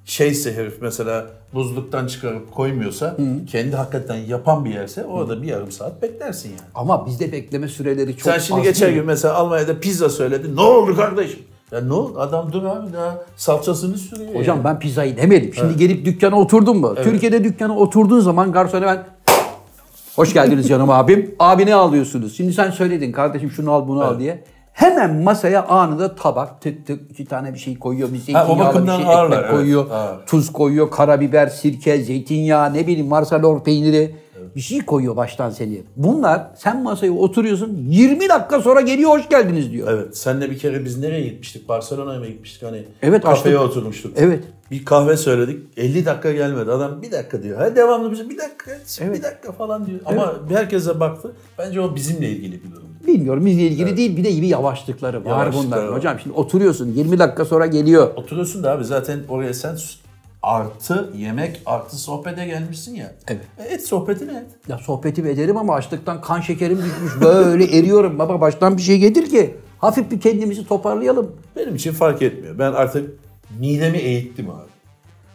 [SPEAKER 2] şeyse herif mesela buzluktan çıkarıp koymuyorsa kendi hakikaten yapan bir yerse orada bir yarım saat beklersin yani.
[SPEAKER 1] Ama bizde bekleme süreleri çok
[SPEAKER 2] Sen şimdi
[SPEAKER 1] az
[SPEAKER 2] geçen
[SPEAKER 1] değil mi?
[SPEAKER 2] gün mesela Almanya'da pizza söyledin ne oldu kardeşim? Ya ne oldu adam dur abi daha salçasını sürüyor.
[SPEAKER 1] Hocam ben pizzayı demedim. Şimdi gelip dükkana oturdum mu? Türkiye'de dükkana oturduğun zaman garsona ben Hoş geldiniz canım abim. Abi ne alıyorsunuz? Şimdi sen söyledin kardeşim şunu al bunu al diye. Hemen masaya anında tabak tık tık iki tane bir şey koyuyor. Bir zeytinyağlı bir
[SPEAKER 2] bakımdan
[SPEAKER 1] şey
[SPEAKER 2] ağırlar,
[SPEAKER 1] ekmek
[SPEAKER 2] evet,
[SPEAKER 1] koyuyor.
[SPEAKER 2] ağır.
[SPEAKER 1] Tuz koyuyor, karabiber, sirke, zeytinyağı ne bileyim varsa lor peyniri. Bir şey koyuyor baştan seni. Bunlar sen masaya oturuyorsun 20 dakika sonra geliyor hoş geldiniz diyor.
[SPEAKER 2] Evet. Senle bir kere biz nereye gitmiştik? Barcelona'ya mı gitmiştik? Hani
[SPEAKER 1] Evet,
[SPEAKER 2] kafeye
[SPEAKER 1] açtık.
[SPEAKER 2] oturmuştuk.
[SPEAKER 1] Evet.
[SPEAKER 2] Bir kahve söyledik. 50 dakika gelmedi. Adam bir dakika diyor. Ha devamlı bize bir dakika, bir dakika falan diyor. Ama herkese baktı. Bence o bizimle ilgili bir durum.
[SPEAKER 1] Bilmiyorum bizle ilgili değil bir de gibi yavaşlıkları var
[SPEAKER 2] Yavaşlıkları
[SPEAKER 1] bunların.
[SPEAKER 2] var.
[SPEAKER 1] Hocam şimdi oturuyorsun 20 dakika sonra geliyor.
[SPEAKER 2] Oturuyorsun da abi zaten oraya sen s- artı yemek artı sohbete gelmişsin ya.
[SPEAKER 1] Evet.
[SPEAKER 2] E, Et sohbetini et.
[SPEAKER 1] Ya sohbeti ederim ama açlıktan kan şekerim düşmüş böyle eriyorum. Baba baştan bir şey getir ki hafif bir kendimizi toparlayalım.
[SPEAKER 2] Benim için fark etmiyor. Ben artık Midemi eğittim abi.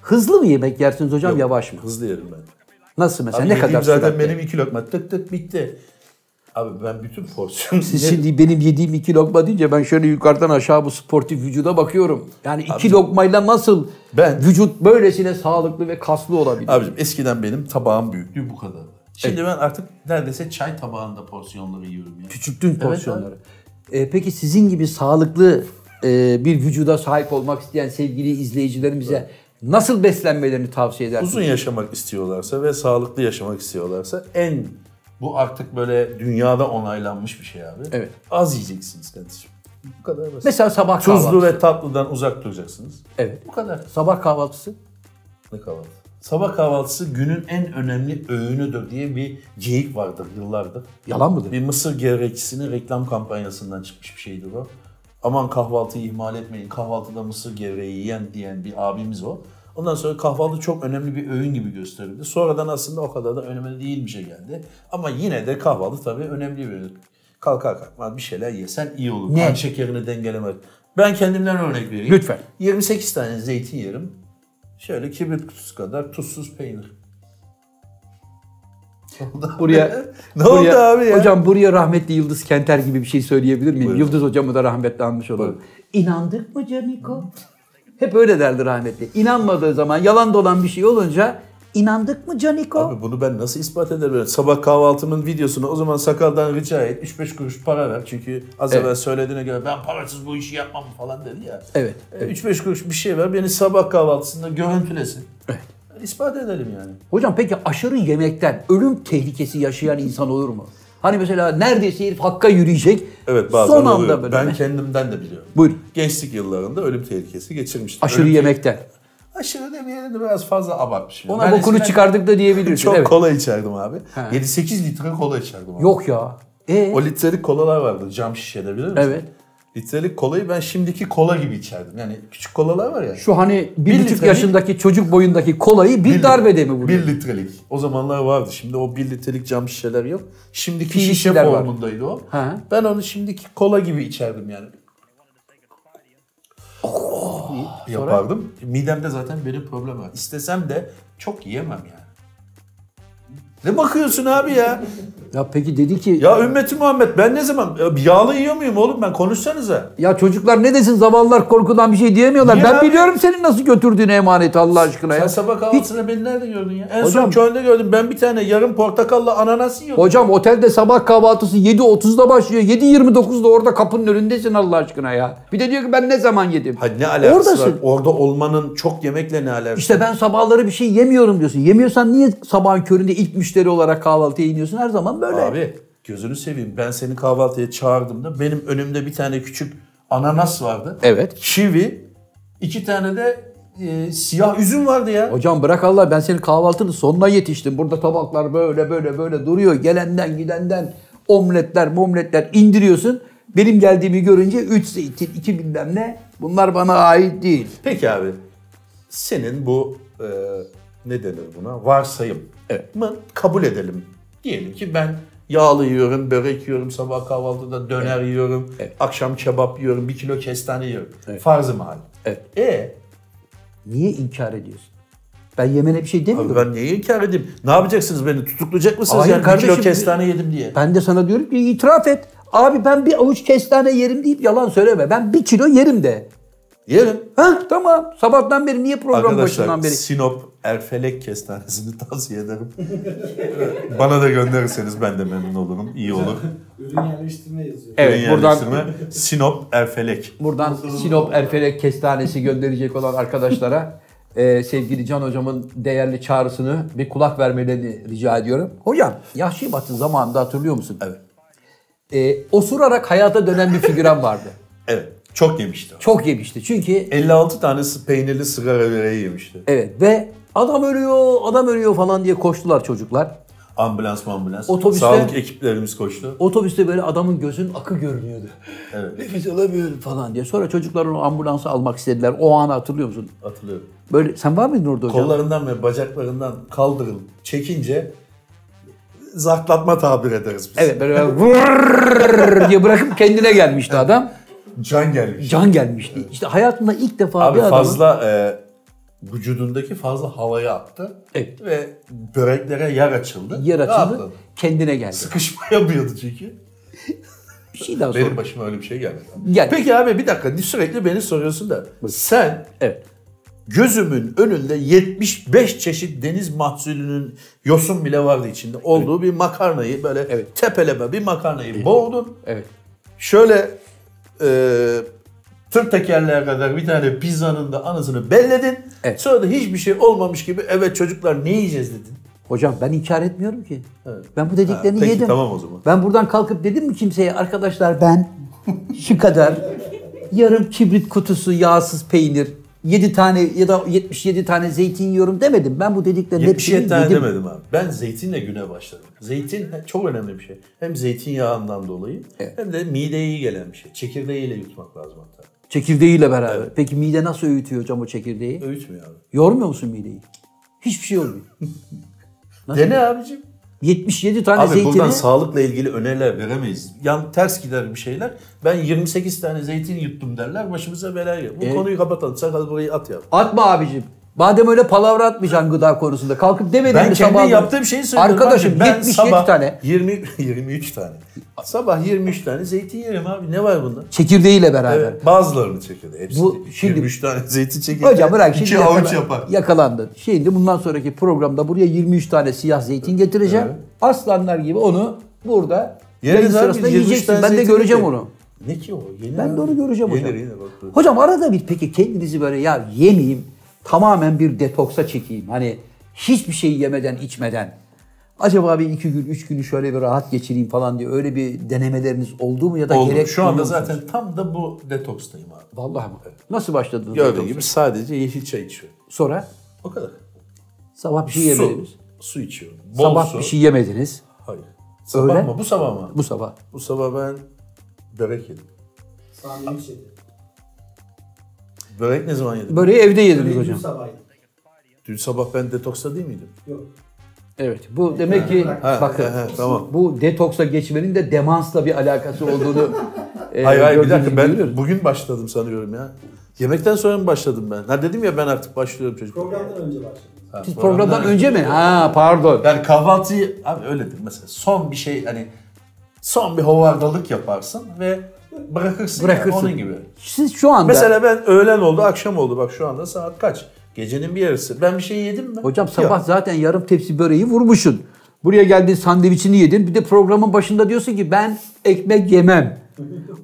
[SPEAKER 1] Hızlı mı yemek yersiniz hocam yavaş mı?
[SPEAKER 2] Hızlı yerim ben.
[SPEAKER 1] Nasıl mesela
[SPEAKER 2] Abi
[SPEAKER 1] ne
[SPEAKER 2] yediğim
[SPEAKER 1] kadar
[SPEAKER 2] zaten
[SPEAKER 1] süratle?
[SPEAKER 2] benim iki lokma tık tık bitti. Abi ben bütün porsiyonu
[SPEAKER 1] Siz şimdi benim yediğim iki lokma deyince ben şöyle yukarıdan aşağı bu sportif vücuda bakıyorum. Yani iki lokmayla nasıl
[SPEAKER 2] Ben-
[SPEAKER 1] vücut böylesine sağlıklı ve kaslı olabilir?
[SPEAKER 2] Abicim eskiden benim tabağım büyüklüğü bu kadardı. Şimdi ben artık neredeyse çay tabağında porsiyonları yiyorum ya.
[SPEAKER 1] Küçülttün porsiyonları. E, peki sizin gibi sağlıklı e, bir vücuda sahip olmak isteyen sevgili izleyicilerimize nasıl beslenmelerini tavsiye edersiniz?
[SPEAKER 2] Uzun yaşamak istiyorlarsa ve sağlıklı yaşamak istiyorlarsa en bu artık böyle dünyada onaylanmış bir şey abi.
[SPEAKER 1] Evet.
[SPEAKER 2] Az yiyeceksiniz kardeşim. Bu kadar basit.
[SPEAKER 1] Mesela sabah
[SPEAKER 2] Tuzlu
[SPEAKER 1] kahvaltısı.
[SPEAKER 2] ve tatlıdan uzak duracaksınız.
[SPEAKER 1] Evet.
[SPEAKER 2] Bu kadar.
[SPEAKER 1] Sabah kahvaltısı.
[SPEAKER 2] Ne kahvaltı? Sabah kahvaltısı günün en önemli öğünüdür diye bir geyik vardır yıllardır.
[SPEAKER 1] Yalan mıdır?
[SPEAKER 2] Bir Mısır gevrekçisinin reklam kampanyasından çıkmış bir şeydir o. Aman kahvaltıyı ihmal etmeyin, kahvaltıda mısır gevreği yiyen diyen bir abimiz o. Ondan sonra kahvaltı çok önemli bir öğün gibi gösterildi. Sonradan aslında o kadar da önemli değil bir şey geldi. Ama yine de kahvaltı tabii önemli bir öğün. Kalkar kalkmaz bir şeyler yesen iyi olur.
[SPEAKER 1] Ne?
[SPEAKER 2] Kan şekerini dengelemek. Ben kendimden örnek vereyim.
[SPEAKER 1] Lütfen.
[SPEAKER 2] 28 tane zeytin yerim. Şöyle kibrit kutusu kadar tuzsuz peynir.
[SPEAKER 1] Buraya
[SPEAKER 2] Ne oldu abi ya?
[SPEAKER 1] Hocam buraya rahmetli Yıldız Kenter gibi bir şey söyleyebilir miyim?
[SPEAKER 2] Buyurun.
[SPEAKER 1] Yıldız hocamı da rahmetli anmış olalım. İnandık mı Caniko? Hep öyle derdi rahmetli. İnanmadığı zaman yalan dolan bir şey olunca inandık mı Caniko?
[SPEAKER 2] Abi bunu ben nasıl ispat ederim? Ben Sabah kahvaltımın videosunu o zaman sakaldan rica et. 3-5 kuruş para ver. Çünkü az
[SPEAKER 1] Evet.
[SPEAKER 2] evvel söylediğine göre ben parasız bu işi yapmam falan dedi ya.
[SPEAKER 1] Evet,
[SPEAKER 2] E, 3-5 kuruş bir şey ver. Beni sabah kahvaltısında görüntülesin.
[SPEAKER 1] Evet.
[SPEAKER 2] İspat edelim yani.
[SPEAKER 1] Hocam peki aşırı yemekten ölüm tehlikesi yaşayan insan olur mu? Hani mesela neredeyse herif hakka yürüyecek.
[SPEAKER 2] Evet bazen
[SPEAKER 1] Son
[SPEAKER 2] oluyor.
[SPEAKER 1] anda böyle.
[SPEAKER 2] Ben kendimden de biliyorum.
[SPEAKER 1] Buyur.
[SPEAKER 2] Gençlik yıllarında ölüm tehlikesi geçirmiştim.
[SPEAKER 1] Aşırı
[SPEAKER 2] Ölüm-
[SPEAKER 1] yemekten.
[SPEAKER 2] Aşırı demeyelim de biraz fazla abartmışım.
[SPEAKER 1] Ona
[SPEAKER 2] Ben
[SPEAKER 1] bokunu
[SPEAKER 2] eskiden
[SPEAKER 1] çıkardık da diyebilirsin.
[SPEAKER 2] Çok
[SPEAKER 1] evet.
[SPEAKER 2] kola içerdim abi. 7-8 litre kola içerdim abi.
[SPEAKER 1] Yok ya. E,
[SPEAKER 2] O litrelik kolalar vardı cam şişede bilir misin?
[SPEAKER 1] Evet.
[SPEAKER 2] Litrelik kolayı ben şimdiki kola gibi içerdim. Yani küçük kolalar var ya.
[SPEAKER 1] şu hani bir,
[SPEAKER 2] Bir
[SPEAKER 1] buçuk
[SPEAKER 2] litrelik-
[SPEAKER 1] yaşındaki çocuk boyundaki kolayı bir,
[SPEAKER 2] Bir-
[SPEAKER 1] darbede mi vuruyor?
[SPEAKER 2] Bir litrelik. O zamanlar vardı. Şimdi o bir litrelik cam şişeler yok. Şimdiki
[SPEAKER 1] PVC'ler
[SPEAKER 2] şişe
[SPEAKER 1] var.
[SPEAKER 2] formundaydı o.
[SPEAKER 1] Ha.
[SPEAKER 2] Ben onu şimdiki kola gibi içerdim yani.
[SPEAKER 1] Oh.
[SPEAKER 2] Yapardım. Midemde zaten benim problem var. İstesem de çok yiyemem yani. Ne bakıyorsun abi ya?
[SPEAKER 1] Ya peki dedi ki ya,
[SPEAKER 2] Ya ümmeti Muhammed ben ne zaman Ya yağlı yiyor muyum oğlum ben konuşsanıza.
[SPEAKER 1] çocuklar ne desin zavallılar korkudan bir şey diyemiyorlar.
[SPEAKER 2] Niye
[SPEAKER 1] ben
[SPEAKER 2] abi?
[SPEAKER 1] biliyorum senin nasıl götürdüğünü emaneti Allah aşkına
[SPEAKER 2] Sen
[SPEAKER 1] ya.
[SPEAKER 2] sabah kahvaltısında beni nerede gördün ya? En
[SPEAKER 1] Hocam-
[SPEAKER 2] son köyünde gördüm. Ben bir tane yarım portakalla ananas yiyordum.
[SPEAKER 1] Hocam otelde sabah kahvaltısı 7.30'da başlıyor. 7.29'da orada kapının önündesin Allah aşkına ya. Bir de diyor ki ben ne zaman yedim?
[SPEAKER 2] Hadi ne alakası
[SPEAKER 1] Oradasın.
[SPEAKER 2] var? Orada olmanın çok yemekle ne alakası
[SPEAKER 1] İşte ben sabahları bir şey yemiyorum diyorsun. Yemiyorsan niye sabahın köründe ilk müşteri olarak kahvaltıya iniyorsun? Her zaman böyle.
[SPEAKER 2] var? Abi gözünü seveyim. Ben seni kahvaltıya çağırdığımda benim önümde bir tane küçük ananas vardı.
[SPEAKER 1] Evet.
[SPEAKER 2] Kivi. iki tane de e, siyah üzüm vardı ya.
[SPEAKER 1] Hocam bırak Allah ben senin kahvaltının sonuna yetiştim. Burada tabaklar böyle böyle böyle duruyor. Gelenden gidenden omletler momletler indiriyorsun. Benim geldiğimi görünce 3 zeytin 2 bilmem ne bunlar bana ait değil.
[SPEAKER 2] Peki abi. Senin bu e, ne denir buna? Varsayım.
[SPEAKER 1] Evet.
[SPEAKER 2] Mı kabul edelim. Diyelim ki ben yağlı yiyorum, börek yiyorum, sabah kahvaltıda döner yiyorum,
[SPEAKER 1] Evet.
[SPEAKER 2] akşam kebap yiyorum, bir kilo kestane yiyorum. Farzı mahal.
[SPEAKER 1] Evet.
[SPEAKER 2] E
[SPEAKER 1] Niye inkar ediyorsun? Ben yemene bir şey demiyorum.
[SPEAKER 2] abi ben neyi inkar edeyim? Ne yapacaksınız beni? Tutuklayacak mısınız?
[SPEAKER 1] Hayır
[SPEAKER 2] yani bir
[SPEAKER 1] kardeşim,
[SPEAKER 2] kilo kestane yedim diye.
[SPEAKER 1] Ben de sana diyorum ki itiraf et. Abi ben bir avuç kestane yerim deyip yalan söyleme. Ben bir kilo yerim de.
[SPEAKER 2] Yerim.
[SPEAKER 1] Hah tamam. Sabahtan beri niye program başından
[SPEAKER 2] Arkadaşlar
[SPEAKER 1] beri?
[SPEAKER 2] Sinop Erfelek kestanesini tavsiye ederim. Bana da gönderirseniz ben de memnun olurum. İyi olur.
[SPEAKER 4] Ürün yerleştirme yazıyor.
[SPEAKER 1] Evet
[SPEAKER 2] Ürün
[SPEAKER 1] buradan
[SPEAKER 2] yerleştirme, Sinop Erfelek.
[SPEAKER 1] buradan Sinop Erfelek Kestanesi gönderecek olan arkadaşlara e, sevgili Can hocamın değerli çağrısını bir kulak vermelerini rica ediyorum. Hocam Yahşi Batı zamanında hatırlıyor musun?
[SPEAKER 2] Evet.
[SPEAKER 1] E, osurarak hayata dönen bir figüran vardı.
[SPEAKER 2] Evet. Çok yemişti. o.
[SPEAKER 1] Çok yemişti çünkü
[SPEAKER 2] 56 tane s- peynirli sigara böreği yemişti.
[SPEAKER 1] evet ve adam ölüyor adam ölüyor falan diye koştular çocuklar.
[SPEAKER 2] Ambulans ambulans.
[SPEAKER 1] Otobüste-
[SPEAKER 2] Sağlık ekiplerimiz koştu.
[SPEAKER 1] Otobüste böyle adamın gözünün akı görünüyordu.
[SPEAKER 2] Evet.
[SPEAKER 1] Nefes alamıyorum falan diye. Sonra çocuklar onu ambulansa almak istediler. O anı hatırlıyor musun?
[SPEAKER 2] Hatırlıyorum.
[SPEAKER 1] Böyle sen var mıydın orada hocam?
[SPEAKER 2] Kollarından ve bacaklarından kaldırın, çekince zaklatma tabir ederiz biz.
[SPEAKER 1] Evet böyle vurr diye bırakıp kendine gelmişti adam.
[SPEAKER 2] Can gelmiş.
[SPEAKER 1] Can gelmişti. İşte hayatında ilk defa
[SPEAKER 2] Abi
[SPEAKER 1] bir adamın...
[SPEAKER 2] fazla e, vücudundaki fazla havayı attı.
[SPEAKER 1] Evet.
[SPEAKER 2] Ve böreklere yer açıldı.
[SPEAKER 1] Yer açıldı,
[SPEAKER 2] Rahatladı.
[SPEAKER 1] kendine geldi.
[SPEAKER 2] Sıkışma yapıyordu çünkü.
[SPEAKER 1] Bir şey daha sor.
[SPEAKER 2] Benim başıma öyle bir şey gelmedi.
[SPEAKER 1] Gel.
[SPEAKER 2] Peki abi bir dakika sürekli beni soruyorsun da. Sen
[SPEAKER 1] Evet.
[SPEAKER 2] gözümün önünde 75 çeşit deniz mahsulünün yosun bile vardı içinde olduğu bir makarnayı böyle
[SPEAKER 1] Evet.
[SPEAKER 2] tepeleme bir makarnayı boğdun.
[SPEAKER 1] Evet.
[SPEAKER 2] Şöyle e, tır tekerleğe kadar bir tane pizzanın da anasını belledin.
[SPEAKER 1] Evet.
[SPEAKER 2] Sonra da hiçbir şey olmamış gibi evet çocuklar ne yiyeceğiz dedin.
[SPEAKER 1] Hocam ben inkar etmiyorum ki.
[SPEAKER 2] Evet.
[SPEAKER 1] Ben bu dediklerini
[SPEAKER 2] Ha, peki,
[SPEAKER 1] yedim.
[SPEAKER 2] tamam o zaman.
[SPEAKER 1] Ben buradan kalkıp dedim mi kimseye arkadaşlar ben şu kadar yarım kibrit kutusu yağsız peynir 7 tane ya da 77 tane zeytin yiyorum demedim. Ben bu şey dediklerini
[SPEAKER 2] 77
[SPEAKER 1] hepsini
[SPEAKER 2] tane
[SPEAKER 1] yedim.
[SPEAKER 2] demedim abi. Ben zeytinle güne başladım. Zeytin çok önemli bir şey. Hem zeytinyağından dolayı
[SPEAKER 1] Evet.
[SPEAKER 2] hem de mideye iyi gelen bir şey. Çekirdeğiyle yutmak lazım hatta.
[SPEAKER 1] Çekirdeğiyle beraber. Peki mide nasıl öğütüyor hocam o çekirdeği?
[SPEAKER 2] Öğütmüyor abi.
[SPEAKER 1] Yormuyor musun mideyi? Hiçbir şey olmuyor.
[SPEAKER 2] Dene abicim.
[SPEAKER 1] 77 tane
[SPEAKER 2] Abi buradan
[SPEAKER 1] zeytini
[SPEAKER 2] sağlıkla ilgili öneriler veremeyiz. Yan ters gider bir şeyler. Ben 28 tane zeytin yuttum derler. Başımıza bela gelir.
[SPEAKER 1] E-
[SPEAKER 2] Bu konuyu kapatalım. Sakal burayı at ya.
[SPEAKER 1] atma abicim. Madem öyle palavra atmayacaksın gıda konusunda. Kalkıp demedin
[SPEAKER 2] Ben
[SPEAKER 1] mi
[SPEAKER 2] kendi
[SPEAKER 1] sabah-
[SPEAKER 2] yaptığım şeyi söylüyorum.
[SPEAKER 1] Arkadaşım
[SPEAKER 2] abi. ben
[SPEAKER 1] 77
[SPEAKER 2] sabah
[SPEAKER 1] tane
[SPEAKER 2] 20, 23 tane. Sabah 23 tane zeytin yerim abi. Ne var bunda?
[SPEAKER 1] çekirdeğiyle beraber.
[SPEAKER 2] Evet, bazılarını çekiyordu. Hepsi
[SPEAKER 1] Bu
[SPEAKER 2] değil.
[SPEAKER 1] şimdi-
[SPEAKER 2] 23 tane zeytin çekiyor.
[SPEAKER 1] Hocam bırak şimdi
[SPEAKER 2] İki avuç
[SPEAKER 1] yakala-
[SPEAKER 2] yapar.
[SPEAKER 1] yakalandın. Şimdi bundan sonraki programda buraya 23 tane siyah zeytin getireceğim. Aslanlar gibi onu burada
[SPEAKER 2] Yeriz
[SPEAKER 1] yayın
[SPEAKER 2] abi,
[SPEAKER 1] sırasında
[SPEAKER 2] 23
[SPEAKER 1] yiyeceksin.
[SPEAKER 2] tane
[SPEAKER 1] Ben de
[SPEAKER 2] zeytin
[SPEAKER 1] göreceğim
[SPEAKER 2] yok.
[SPEAKER 1] onu.
[SPEAKER 2] Ne ki o? Yenir
[SPEAKER 1] Ben de onu
[SPEAKER 2] abi.
[SPEAKER 1] göreceğim
[SPEAKER 2] Yenir,
[SPEAKER 1] hocam.
[SPEAKER 2] yenir, bak böyle.
[SPEAKER 1] Hocam arada bir peki kendinizi böyle ya yemeyeyim tamamen bir detoksa çekeyim. Hani hiçbir şey yemeden içmeden. Acaba bir iki gün, üç günü şöyle bir rahat geçireyim falan diye öyle bir denemeleriniz oldu mu ya da
[SPEAKER 2] Oldu.
[SPEAKER 1] gerek
[SPEAKER 2] Şu anda
[SPEAKER 1] duyuyor musunuz?
[SPEAKER 2] zaten tam da bu detokstayım abi.
[SPEAKER 1] Vallahi mi? Nasıl başladınız?
[SPEAKER 2] Gördüğün gibi sadece yeşil çay içiyorum.
[SPEAKER 1] Sonra
[SPEAKER 2] O kadar.
[SPEAKER 1] sabah bir şey yemediniz.
[SPEAKER 2] Su. Su içiyorum. Bol
[SPEAKER 1] Sabah
[SPEAKER 2] su.
[SPEAKER 1] bir şey yemediniz.
[SPEAKER 2] Hayır. Sabah
[SPEAKER 1] Öğlen?
[SPEAKER 2] mı? Bu sabah mı?
[SPEAKER 1] Bu sabah.
[SPEAKER 2] Bu sabah ben börek yedim.
[SPEAKER 4] Saniye bir şey. şeydi.
[SPEAKER 2] Börek ne zaman yedim?
[SPEAKER 1] Böreği evde yediniz
[SPEAKER 4] Dün
[SPEAKER 1] hocam.
[SPEAKER 4] sabahıydı.
[SPEAKER 2] Dün sabah ben detoksta değil miydim?
[SPEAKER 4] Yok.
[SPEAKER 1] Evet. Bu demek ki
[SPEAKER 2] Ha,
[SPEAKER 1] bakın
[SPEAKER 2] ha, ha, tamam.
[SPEAKER 1] bu detoksa geçmenin de demansla bir alakası olduğunu e,
[SPEAKER 2] Hayır hayır bir
[SPEAKER 1] gördüğünüz
[SPEAKER 2] dakika
[SPEAKER 1] gibi
[SPEAKER 2] ben
[SPEAKER 1] görüyoruz.
[SPEAKER 2] bugün başladım sanıyorum ya. Yemekten sonra mı başladım ben? Ha dedim ya ben artık başlıyorum çocuklar.
[SPEAKER 4] Programdan önce başladınız.
[SPEAKER 1] Siz programdan önce mi? Ha pardon.
[SPEAKER 2] Yani kahvaltıyı abi öyledir mesela son bir şey hani son bir hovardalık yaparsın ve bırakırsın, yani,
[SPEAKER 1] Bırakırsın.
[SPEAKER 2] onun gibi.
[SPEAKER 1] Siz şu anda
[SPEAKER 2] Mesela ben öğlen oldu, akşam oldu. Bak şu anda saat kaç? Gecenin bir yarısı. Ben bir şey yedim mi?
[SPEAKER 1] hocam
[SPEAKER 2] Yok.
[SPEAKER 1] sabah zaten yarım tepsi böreği vurmuşsun. Buraya geldin sandviçini yedin. Bir de programın başında diyorsun ki ben ekmek yemem.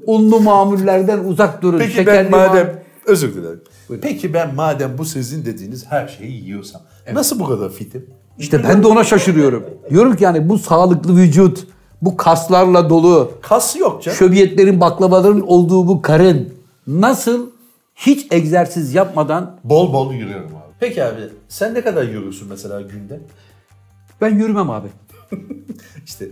[SPEAKER 1] Unlu mamullerden uzak durun.
[SPEAKER 2] Peki
[SPEAKER 1] Şekerli
[SPEAKER 2] ben
[SPEAKER 1] mam-
[SPEAKER 2] madem özür dilerim. Peki ben madem bu sizin dediğiniz her şeyi yiyorsam nasıl bu kadar fitim?
[SPEAKER 1] İşte ben de ona şaşırıyorum. Diyorum ki yani bu sağlıklı vücut, bu kaslarla dolu,
[SPEAKER 2] Kas yok canım.
[SPEAKER 1] şöbiyetlerin, baklavaların olduğu bu karın nasıl hiç egzersiz yapmadan
[SPEAKER 2] Bol bol yürüyorum abi. Peki abi sen ne kadar yürüyorsun mesela günde?
[SPEAKER 1] ben yürümem abi.
[SPEAKER 2] İşte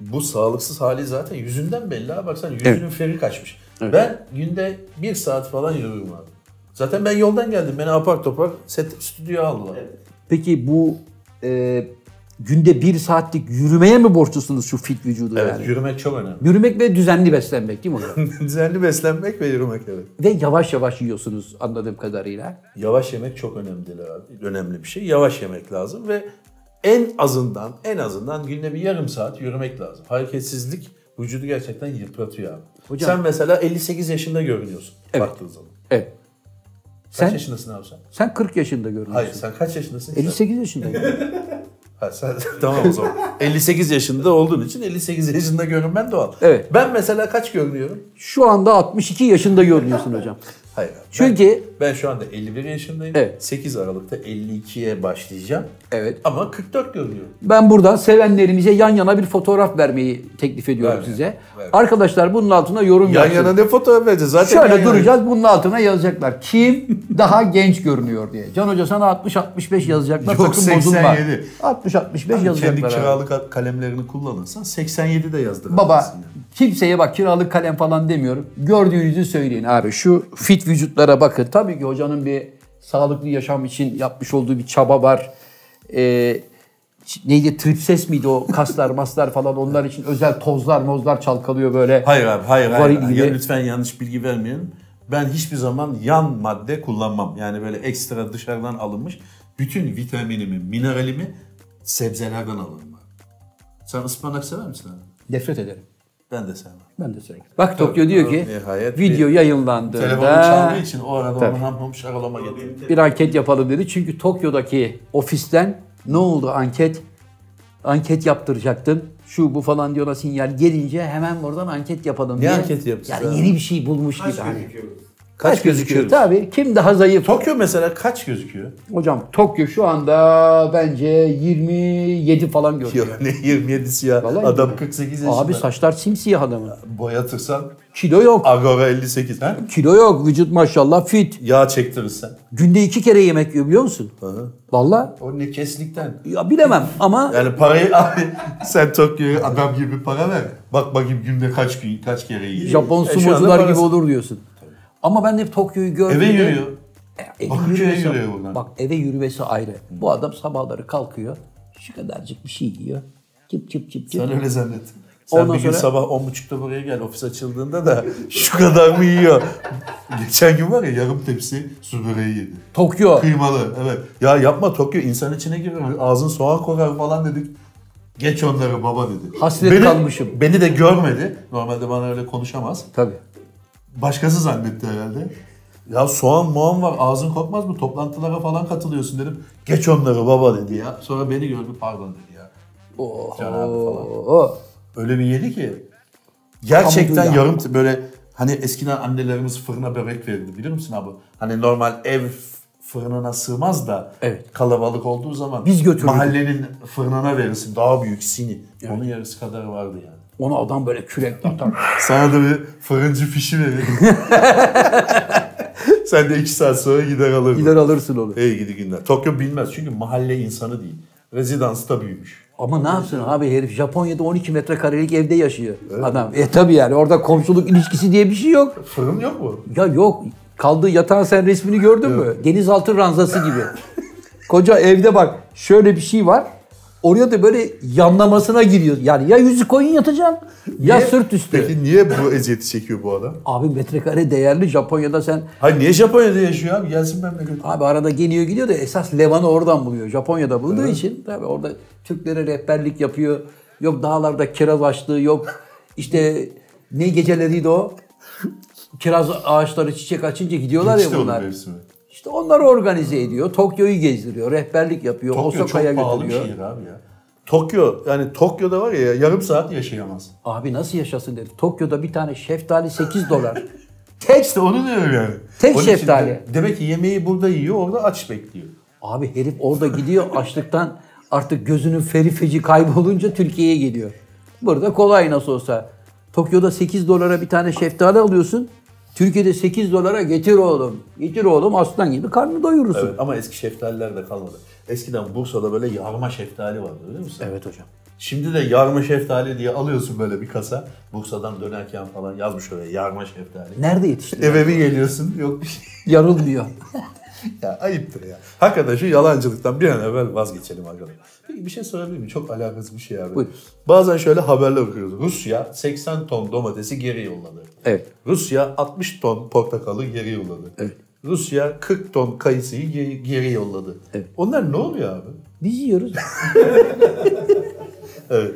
[SPEAKER 2] bu sağlıksız hali zaten yüzünden belli abi. Baksana yüzünün feri kaçmış. Ben günde bir saat falan yürüyorum abi. Zaten ben yoldan geldim. Beni apar topar set stüdyoya aldılar.
[SPEAKER 1] Peki bu e, günde bir saatlik yürümeye mi borçlusunuz şu fit vücudu
[SPEAKER 2] Evet,
[SPEAKER 1] yani?
[SPEAKER 2] yürümek çok önemli.
[SPEAKER 1] Yürümek ve düzenli beslenmek değil mi hocam?
[SPEAKER 2] Düzenli beslenmek ve yürümek evet.
[SPEAKER 1] ve yavaş yavaş yiyorsunuz anladığım kadarıyla.
[SPEAKER 2] Yavaş yemek çok önemli abi. Önemli bir şey. Yavaş yemek lazım ve en azından en azından günde bir yarım saat yürümek lazım. Hareketsizlik vücudu gerçekten yıpratıyor abi.
[SPEAKER 1] Hocam-
[SPEAKER 2] Sen mesela 58 yaşında görünüyorsun
[SPEAKER 1] Evet.
[SPEAKER 2] baktığın zaman.
[SPEAKER 1] Evet.
[SPEAKER 2] Kaç
[SPEAKER 1] Sen
[SPEAKER 2] yaşındasın abi sen?
[SPEAKER 1] sen 40 yaşında görünüyorsun.
[SPEAKER 2] Hayır sen kaç yaşındasın? ki?
[SPEAKER 1] 58 yaşında.
[SPEAKER 2] Ha, sen, tamam o zaman. 58 yaşında olduğun için 58 yaşında görünmen doğal.
[SPEAKER 1] Evet.
[SPEAKER 2] Ben mesela kaç görünüyorum?
[SPEAKER 1] Şu anda 62 yaşında görünüyorsun hocam.
[SPEAKER 2] Hayır. abi, ben-
[SPEAKER 1] Çünkü
[SPEAKER 2] ben, şu anda 51 yaşındayım.
[SPEAKER 1] Evet.
[SPEAKER 2] 8 Aralık'ta 52'ye başlayacağım.
[SPEAKER 1] Evet.
[SPEAKER 2] Ama 44 görünüyorum.
[SPEAKER 1] Ben burada sevenlerimize yan yana bir fotoğraf vermeyi teklif ediyorum
[SPEAKER 2] Ver,
[SPEAKER 1] size.
[SPEAKER 2] ver.
[SPEAKER 1] Arkadaşlar bunun altına yorum
[SPEAKER 2] Yan
[SPEAKER 1] yapsın.
[SPEAKER 2] yana ne fotoğraf vereceğiz? Zaten yan
[SPEAKER 1] Şöyle
[SPEAKER 2] yana-
[SPEAKER 1] duracağız bunun altına yazacaklar. Kim daha genç görünüyor diye. Can Hoca sana 60-65 yazacaklar.
[SPEAKER 2] Yok,
[SPEAKER 1] Sakın bozulma.
[SPEAKER 2] 87.
[SPEAKER 1] 60-65
[SPEAKER 2] Hani Kendi
[SPEAKER 1] yazacaklar. abi.
[SPEAKER 2] kiralık kalemlerini kullanırsan 87 de yazdır.
[SPEAKER 1] Baba
[SPEAKER 2] aslında.
[SPEAKER 1] kimseye bak kiralık kalem falan demiyorum. Gördüğünüzü söyleyin abi. Şu fit vücutlara bakın. Tabii ki hocanın bir sağlıklı yaşam için yapmış olduğu bir çaba var. Ee, neydi tripses miydi o kaslar maslar falan onlar için özel tozlar mozlar çalkalıyor böyle.
[SPEAKER 2] Hayır abi hayır hayır.
[SPEAKER 1] Varil
[SPEAKER 2] Ya
[SPEAKER 1] gibi.
[SPEAKER 2] lütfen yanlış bilgi vermeyelim. Ben hiçbir zaman yan madde kullanmam. Yani böyle ekstra dışarıdan alınmış bütün vitaminimi, mineralimi sebzelerden alırım abi. Sen ıspanak sever misin abi?
[SPEAKER 1] Nefret ederim.
[SPEAKER 2] Ben de sevmem.
[SPEAKER 1] Ben de sürekli. Bak Tokyo diyor ki
[SPEAKER 2] Nihayet
[SPEAKER 1] video
[SPEAKER 2] Telefonum
[SPEAKER 1] yayınlandığında
[SPEAKER 2] çaldığı için o arada
[SPEAKER 1] Tabii.
[SPEAKER 2] ona ham ham şakalama geliyor.
[SPEAKER 1] bir anket yapalım dedi. Çünkü Tokyo'daki ofisten ne oldu anket? Anket yaptıracaktın. Şu bu falan diyor ona sinyal gelince hemen buradan anket yapalım diye.
[SPEAKER 2] anketi yapacağız
[SPEAKER 1] Yani
[SPEAKER 2] abi?
[SPEAKER 1] yeni bir şey bulmuş gibi. hani.
[SPEAKER 4] Gözüküyoruz.
[SPEAKER 1] Kaç gözüküyor? Tabii. Kim daha zayıf?
[SPEAKER 2] Tokyo mesela kaç gözüküyor?
[SPEAKER 1] Hocam Tokyo şu anda bence 27 falan görünüyor.
[SPEAKER 2] ne 27'si ya.
[SPEAKER 1] Vallahi
[SPEAKER 2] Adam
[SPEAKER 1] yok.
[SPEAKER 2] 48 yaşında.
[SPEAKER 1] Abi saçlar simsiyah adamın.
[SPEAKER 2] Boyatırsan
[SPEAKER 1] Kilo yok.
[SPEAKER 2] Agora 58. Ha?
[SPEAKER 1] Kilo yok. Vücut maşallah fit.
[SPEAKER 2] Yağ çektirirsen.
[SPEAKER 1] Günde iki kere yemek yiyor biliyor musun? Valla.
[SPEAKER 2] O ne keslikten.
[SPEAKER 1] Ya bilemem ama
[SPEAKER 2] Yani parayı abi sen Tokyo'ya adam gibi para ver. Bak bakayım günde kaç gün kaç kere yiyor.
[SPEAKER 1] Japon
[SPEAKER 2] E, şu anda
[SPEAKER 1] sumocular gibi
[SPEAKER 2] parası-
[SPEAKER 1] olur diyorsun. Ama ben hep Tokyo'yu gördüm.
[SPEAKER 2] Eve yürüyor.
[SPEAKER 1] Eve
[SPEAKER 2] Bak,
[SPEAKER 1] yürümesi,
[SPEAKER 2] köye yürüyor buradan.
[SPEAKER 1] bak eve yürümesi ayrı. Bu adam sabahları kalkıyor. Şu kadarcık bir şey yiyor. Çıp çıp çıp çıp.
[SPEAKER 2] Sen öyle zannet. Sen
[SPEAKER 1] Ondan
[SPEAKER 2] bir gün
[SPEAKER 1] sonra-
[SPEAKER 2] sabah 10.30'da buraya gel ofis açıldığında da şu kadar mı yiyor? Geçen gün var ya yarım tepsi su böreği yedi.
[SPEAKER 1] Tokyo.
[SPEAKER 2] Kıymalı evet. Ya yapma Tokyo insan içine girer. Ağzın soğan kokar falan dedik. Geç onları baba dedi.
[SPEAKER 1] Hasret kalmışım.
[SPEAKER 2] Beni de görmedi. Normalde bana öyle konuşamaz.
[SPEAKER 1] Tabii.
[SPEAKER 2] Başkası zannetti herhalde. Ya soğan muğan var ağzın kokmaz mı? Toplantılara falan katılıyorsun dedim. Geç onları baba dedi ya. Sonra beni gördü pardon dedi ya. Can abi falan.
[SPEAKER 1] Oo.
[SPEAKER 2] Öyle bir yedi ki. Gerçekten
[SPEAKER 1] Hamdülillah.
[SPEAKER 2] yarım t- böyle hani eskiden annelerimiz fırına börek verirdi bilir misin abi? Hani normal ev fırınına sığmaz da
[SPEAKER 1] Evet.
[SPEAKER 2] kalabalık olduğu zaman
[SPEAKER 1] Biz götürürdük.
[SPEAKER 2] mahallenin fırınına verirsin daha büyük sini. Onun yarısı kadar vardı yani.
[SPEAKER 1] Ona adam böyle kürekle atar.
[SPEAKER 2] Sana da bir fırıncı fişi verelim. Sen de iki saat sonra gider alırdın.
[SPEAKER 1] Gider alırsın onu.
[SPEAKER 2] İyi gidi günler. Tokyo bilmez çünkü mahalle insanı değil. Rezidansta büyümüş.
[SPEAKER 1] Ama ne yapsın abi herif Japonya'da 12 metrekarelik evde yaşıyor adam. E tabi yani orada komşuluk ilişkisi diye bir şey yok.
[SPEAKER 2] Fırın yok mu?
[SPEAKER 1] Ya yok kaldığı yatağın sen resmini gördün mü? Denizaltı ranzası gibi. Koca evde bak şöyle bir şey var. Oraya da böyle yanlamasına giriyor. Yani ya yüzü koyun yatacaksın ya sırt üstü.
[SPEAKER 2] Peki niye bu eziyeti çekiyor bu adam?
[SPEAKER 1] Abi metrekare değerli Japonya'da sen
[SPEAKER 2] Hayır niye Japonya'da yaşıyor abi? Gelsin memlekete.
[SPEAKER 1] Abi arada geliyor gidiyor da esas Levan'ı oradan buluyor. Japonya'da bulduğu için tabii orada Türklere rehberlik yapıyor. Yok dağlarda kiraz açtığı yok. İşte ne geceleriydi o? Kiraz ağaçları çiçek açınca gidiyorlar
[SPEAKER 2] Geçti
[SPEAKER 1] ya
[SPEAKER 2] onun
[SPEAKER 1] bunlar.
[SPEAKER 2] mevsimi.
[SPEAKER 1] İşte onları organize ediyor. Tokyo'yu gezdiriyor. Rehberlik yapıyor.
[SPEAKER 2] Tokyo
[SPEAKER 1] Osaka'ya
[SPEAKER 2] çok pahalı
[SPEAKER 1] götürüyor.
[SPEAKER 2] bir şehir abi ya. Tokyo yani Tokyo'da var ya yarım saat yaşayamaz.
[SPEAKER 1] Abi nasıl yaşasın dedi. Tokyo'da bir tane şeftali 8 dolar. Tek
[SPEAKER 2] İşte onu diyorum yani.
[SPEAKER 1] Tek
[SPEAKER 2] Onun için de-
[SPEAKER 1] şeftali.
[SPEAKER 2] Demek ki yemeği burada yiyor orada aç bekliyor.
[SPEAKER 1] Abi herif orada gidiyor açlıktan artık gözünün feri feci kaybolunca Türkiye'ye geliyor. Burada kolay nasıl olsa. Tokyo'da 8 dolara bir tane şeftali alıyorsun. Türkiye'de 8 dolara getir oğlum. Getir oğlum aslan gibi karnını doyurursun.
[SPEAKER 2] Evet, ama eski şeftaliler de kalmadı. Eskiden Bursa'da böyle yarma şeftali vardı biliyor musun?
[SPEAKER 1] Evet hocam.
[SPEAKER 2] Şimdi de yarma şeftali diye alıyorsun böyle bir kasa. Bursa'dan dönerken falan yazmış oraya yarma şeftali.
[SPEAKER 1] Nerede yetişti?
[SPEAKER 2] Eve bir geliyorsun yok bir şey.
[SPEAKER 1] Yarılmıyor.
[SPEAKER 2] Ya ayıptır ya. Hakikaten şu yalancılıktan bir an evvel vazgeçelim arkadaşlar. Peki bir şey sorabilir miyim? Çok alakasız bir şey abi.
[SPEAKER 1] Buyur.
[SPEAKER 2] Bazen şöyle haberler okuyoruz. Rusya 80 ton domatesi geri yolladı.
[SPEAKER 1] Evet.
[SPEAKER 2] Rusya 60 ton portakalı geri yolladı.
[SPEAKER 1] Evet.
[SPEAKER 2] Rusya 40 ton kayısıyı geri, geri yolladı.
[SPEAKER 1] Evet.
[SPEAKER 2] Onlar ne oluyor abi?
[SPEAKER 1] Biz yiyoruz.
[SPEAKER 2] Evet.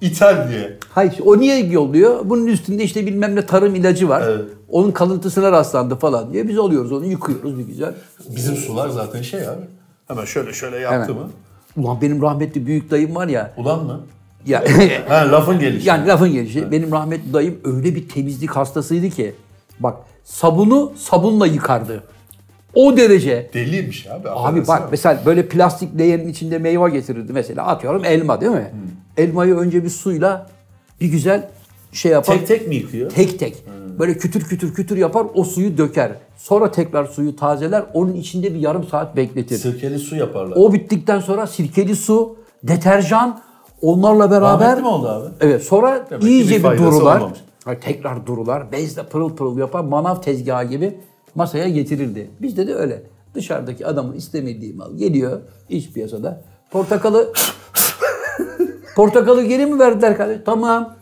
[SPEAKER 2] İthal diye.
[SPEAKER 1] Hayır o niye yolluyor? Bunun üstünde işte bilmem ne tarım ilacı var.
[SPEAKER 2] Evet.
[SPEAKER 1] Onun kalıntısına rastlandı falan diye biz alıyoruz onu yıkıyoruz bir güzel.
[SPEAKER 2] Bizim sular zaten şey abi. Hemen şöyle şöyle yaptı
[SPEAKER 1] Hemen.
[SPEAKER 2] mı?
[SPEAKER 1] Ulan benim rahmetli büyük dayım var ya.
[SPEAKER 2] Ulan mı?
[SPEAKER 1] Ya
[SPEAKER 2] Ha lafın gelişi.
[SPEAKER 1] Yani lafın gelişi. Benim rahmetli dayım öyle bir temizlik hastasıydı ki. Bak sabunu sabunla yıkardı. O derece.
[SPEAKER 2] Deliymiş şey abi.
[SPEAKER 1] Abi
[SPEAKER 2] affedersin
[SPEAKER 1] bak
[SPEAKER 2] ama.
[SPEAKER 1] mesela böyle plastik leğenin içinde meyve getirirdi mesela. Atıyorum elma değil mi? Elmayı önce bir suyla bir güzel şey yapar.
[SPEAKER 2] Tek tek mi yıkıyor?
[SPEAKER 1] Tek tek.
[SPEAKER 2] Hmm.
[SPEAKER 1] Böyle kütür kütür kütür yapar o suyu döker. Sonra tekrar suyu tazeler onun içinde bir yarım saat bekletir.
[SPEAKER 2] Sirkeli su yaparlar.
[SPEAKER 1] O bittikten sonra sirkeli su, deterjan onlarla beraber...
[SPEAKER 2] Rahmetli mi oldu abi?
[SPEAKER 1] Evet sonra
[SPEAKER 2] ki bir
[SPEAKER 1] iyice bir
[SPEAKER 2] faydası
[SPEAKER 1] durular.
[SPEAKER 2] olmamış.
[SPEAKER 1] Ha, tekrar durular. Bezle pırıl pırıl yapar. Manav tezgahı gibi masaya getirirdi. Bizde de öyle. Dışarıdaki adamın istemediği mal geliyor iç piyasada. Portakalı Portakalı geri mi verdiler kardeşim? Tamam.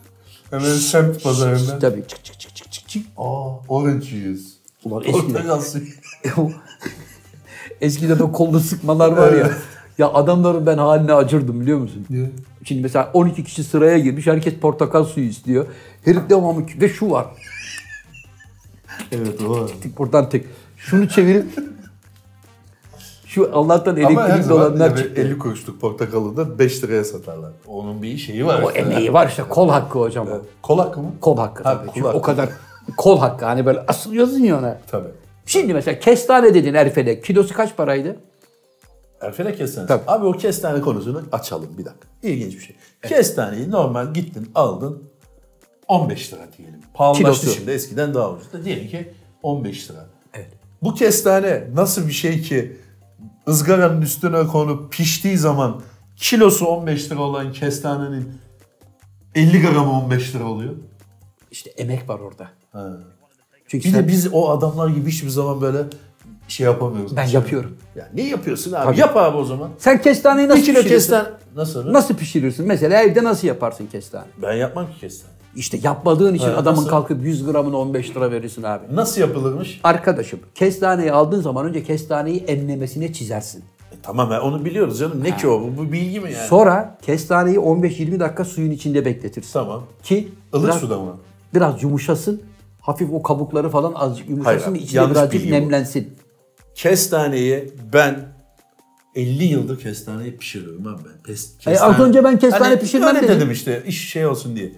[SPEAKER 2] Hemen semt pazarında.
[SPEAKER 1] Tabii çık çık çık çık çık çık.
[SPEAKER 2] Aa, orange juice.
[SPEAKER 1] Ulan eskiden,
[SPEAKER 2] Portakal suyu.
[SPEAKER 1] eskiden o kolda sıkmalar var ya.
[SPEAKER 2] Evet.
[SPEAKER 1] Ya adamların ben haline acırdım biliyor musun?
[SPEAKER 2] Niye?
[SPEAKER 1] Şimdi mesela 12 kişi sıraya girmiş. Herkes portakal suyu istiyor. Herif devamı ve şu var.
[SPEAKER 2] Evet o var.
[SPEAKER 1] Tek buradan tek. Şunu çevirip şu Allah'tan
[SPEAKER 2] Ama her
[SPEAKER 1] elektrik
[SPEAKER 2] zaman
[SPEAKER 1] dolanlar
[SPEAKER 2] evet,
[SPEAKER 1] çıktı.
[SPEAKER 2] 50 kuruşluk portakalı da 5 liraya satarlar. Onun bir şeyi var.
[SPEAKER 1] O emeği var işte kol hakkı hocam. o.
[SPEAKER 2] Kolak mı?
[SPEAKER 1] Kol hakkı
[SPEAKER 2] Ha,
[SPEAKER 1] tabii.
[SPEAKER 2] kol
[SPEAKER 1] Çünkü
[SPEAKER 2] hakkı.
[SPEAKER 1] O kadar kol hakkı hani böyle asılıyorsun ya ona.
[SPEAKER 2] Tabii.
[SPEAKER 1] Şimdi mesela kestane dedin Erfelek. Kilosu kaç paraydı?
[SPEAKER 2] Erfele kestane.
[SPEAKER 1] Tabii.
[SPEAKER 2] Abi o kestane konusunu açalım bir dakika. İlginç bir şey. Kestaneyi normal gittin aldın 15 lira diyelim. Pahalılaştı
[SPEAKER 1] Kilosu.
[SPEAKER 2] şimdi eskiden daha ucuz. da. Diyelim ki 15 lira. Bu kestane nasıl bir şey ki ızgaranın üstüne konup piştiği zaman kilosu 15 lira olan kestanenin 50 gramı 15 lira oluyor.
[SPEAKER 1] İşte emek var orada.
[SPEAKER 2] Ha.
[SPEAKER 1] Çünkü
[SPEAKER 2] Bir
[SPEAKER 1] sen-
[SPEAKER 2] de biz o adamlar gibi hiçbir zaman böyle şey yapamıyoruz.
[SPEAKER 1] Ben yapıyorum.
[SPEAKER 2] Ya ne yapıyorsun abi?
[SPEAKER 1] Tabii.
[SPEAKER 2] Yap abi o zaman.
[SPEAKER 1] sen kestaneyi nasıl şey
[SPEAKER 2] Bir kilo
[SPEAKER 1] pişirirsin?
[SPEAKER 2] kestane. Nasıl? abi?
[SPEAKER 1] Nasıl pişirirsin? Mesela evde nasıl yaparsın kestane?
[SPEAKER 2] Ben yapmam ki kestane.
[SPEAKER 1] İşte yapmadığın için
[SPEAKER 2] Evet,
[SPEAKER 1] adamın
[SPEAKER 2] nasıl?
[SPEAKER 1] kalkıp 100 gramını 15 lira verirsin abi.
[SPEAKER 2] Nasıl yapılırmış?
[SPEAKER 1] Arkadaşım kestaneyi aldığın zaman önce kestaneyi enlemesine çizersin.
[SPEAKER 2] E, tamam ya, onu biliyoruz canım. Ne ki o? Bu, bu bilgi mi yani?
[SPEAKER 1] Sonra kestaneyi 15-20 dakika suyun içinde bekletirsin.
[SPEAKER 2] Tamam.
[SPEAKER 1] Ki
[SPEAKER 2] Ilık
[SPEAKER 1] biraz,
[SPEAKER 2] suda mı?
[SPEAKER 1] biraz yumuşasın. Hafif o kabukları falan azıcık yumuşasın.
[SPEAKER 2] Hayır abi,
[SPEAKER 1] içinde
[SPEAKER 2] yanlış
[SPEAKER 1] birazcık
[SPEAKER 2] bilgi bu.
[SPEAKER 1] nemlensin.
[SPEAKER 2] Kestaneyi ben 50 yıldır kestaneyi pişiriyorum abi ben. Pes-
[SPEAKER 1] E, az önce ben kestane pişirmem
[SPEAKER 2] öyle
[SPEAKER 1] dedim.
[SPEAKER 2] dedim işte iş şey olsun diye.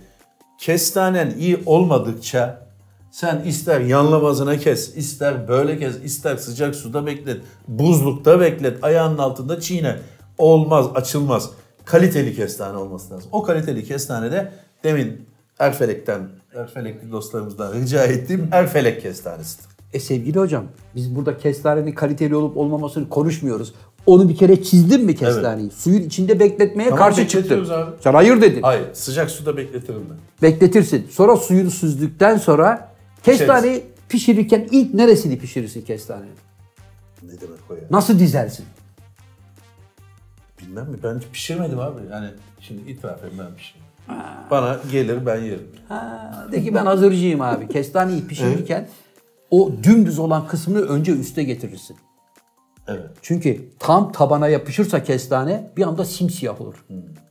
[SPEAKER 2] Kestanen iyi olmadıkça sen ister yanlamazına kes, ister böyle kes, ister sıcak suda beklet, buzlukta beklet, ayağının altında çiğne. Olmaz, açılmaz. Kaliteli kestane olması lazım. O kaliteli kestane de demin Erfelek'ten, Erfelekli dostlarımızdan rica ettiğim Erfelek kestanesidir.
[SPEAKER 1] E sevgili hocam biz burada kestanenin kaliteli olup olmamasını konuşmuyoruz. Onu bir kere çizdin mi kestaneyi? Suyun içinde bekletmeye
[SPEAKER 2] Tamam,
[SPEAKER 1] karşı çıktın.
[SPEAKER 2] bekletiyoruz abi.
[SPEAKER 1] Sen hayır dedin.
[SPEAKER 2] Hayır, sıcak suda bekletirim ben.
[SPEAKER 1] Bekletirsin. Sonra suyunu süzdükten sonra kestaneyi pişirirken ilk neresini pişirirsin kestanenin?
[SPEAKER 2] Ne demek o ya?
[SPEAKER 1] Nasıl dizersin?
[SPEAKER 2] Bilmem mi? Ben hiç pişirmedim abi. Yani şimdi itiraf edeyim ben pişirmedim. Bana gelir ben yerim.
[SPEAKER 1] Ha, de ki ben hazırcıyım abi. Kestaneyi pişirirken o dümdüz olan kısmını önce üste getirirsin.
[SPEAKER 2] Evet.
[SPEAKER 1] Çünkü tam tabana yapışırsa kestane bir anda simsiyah olur.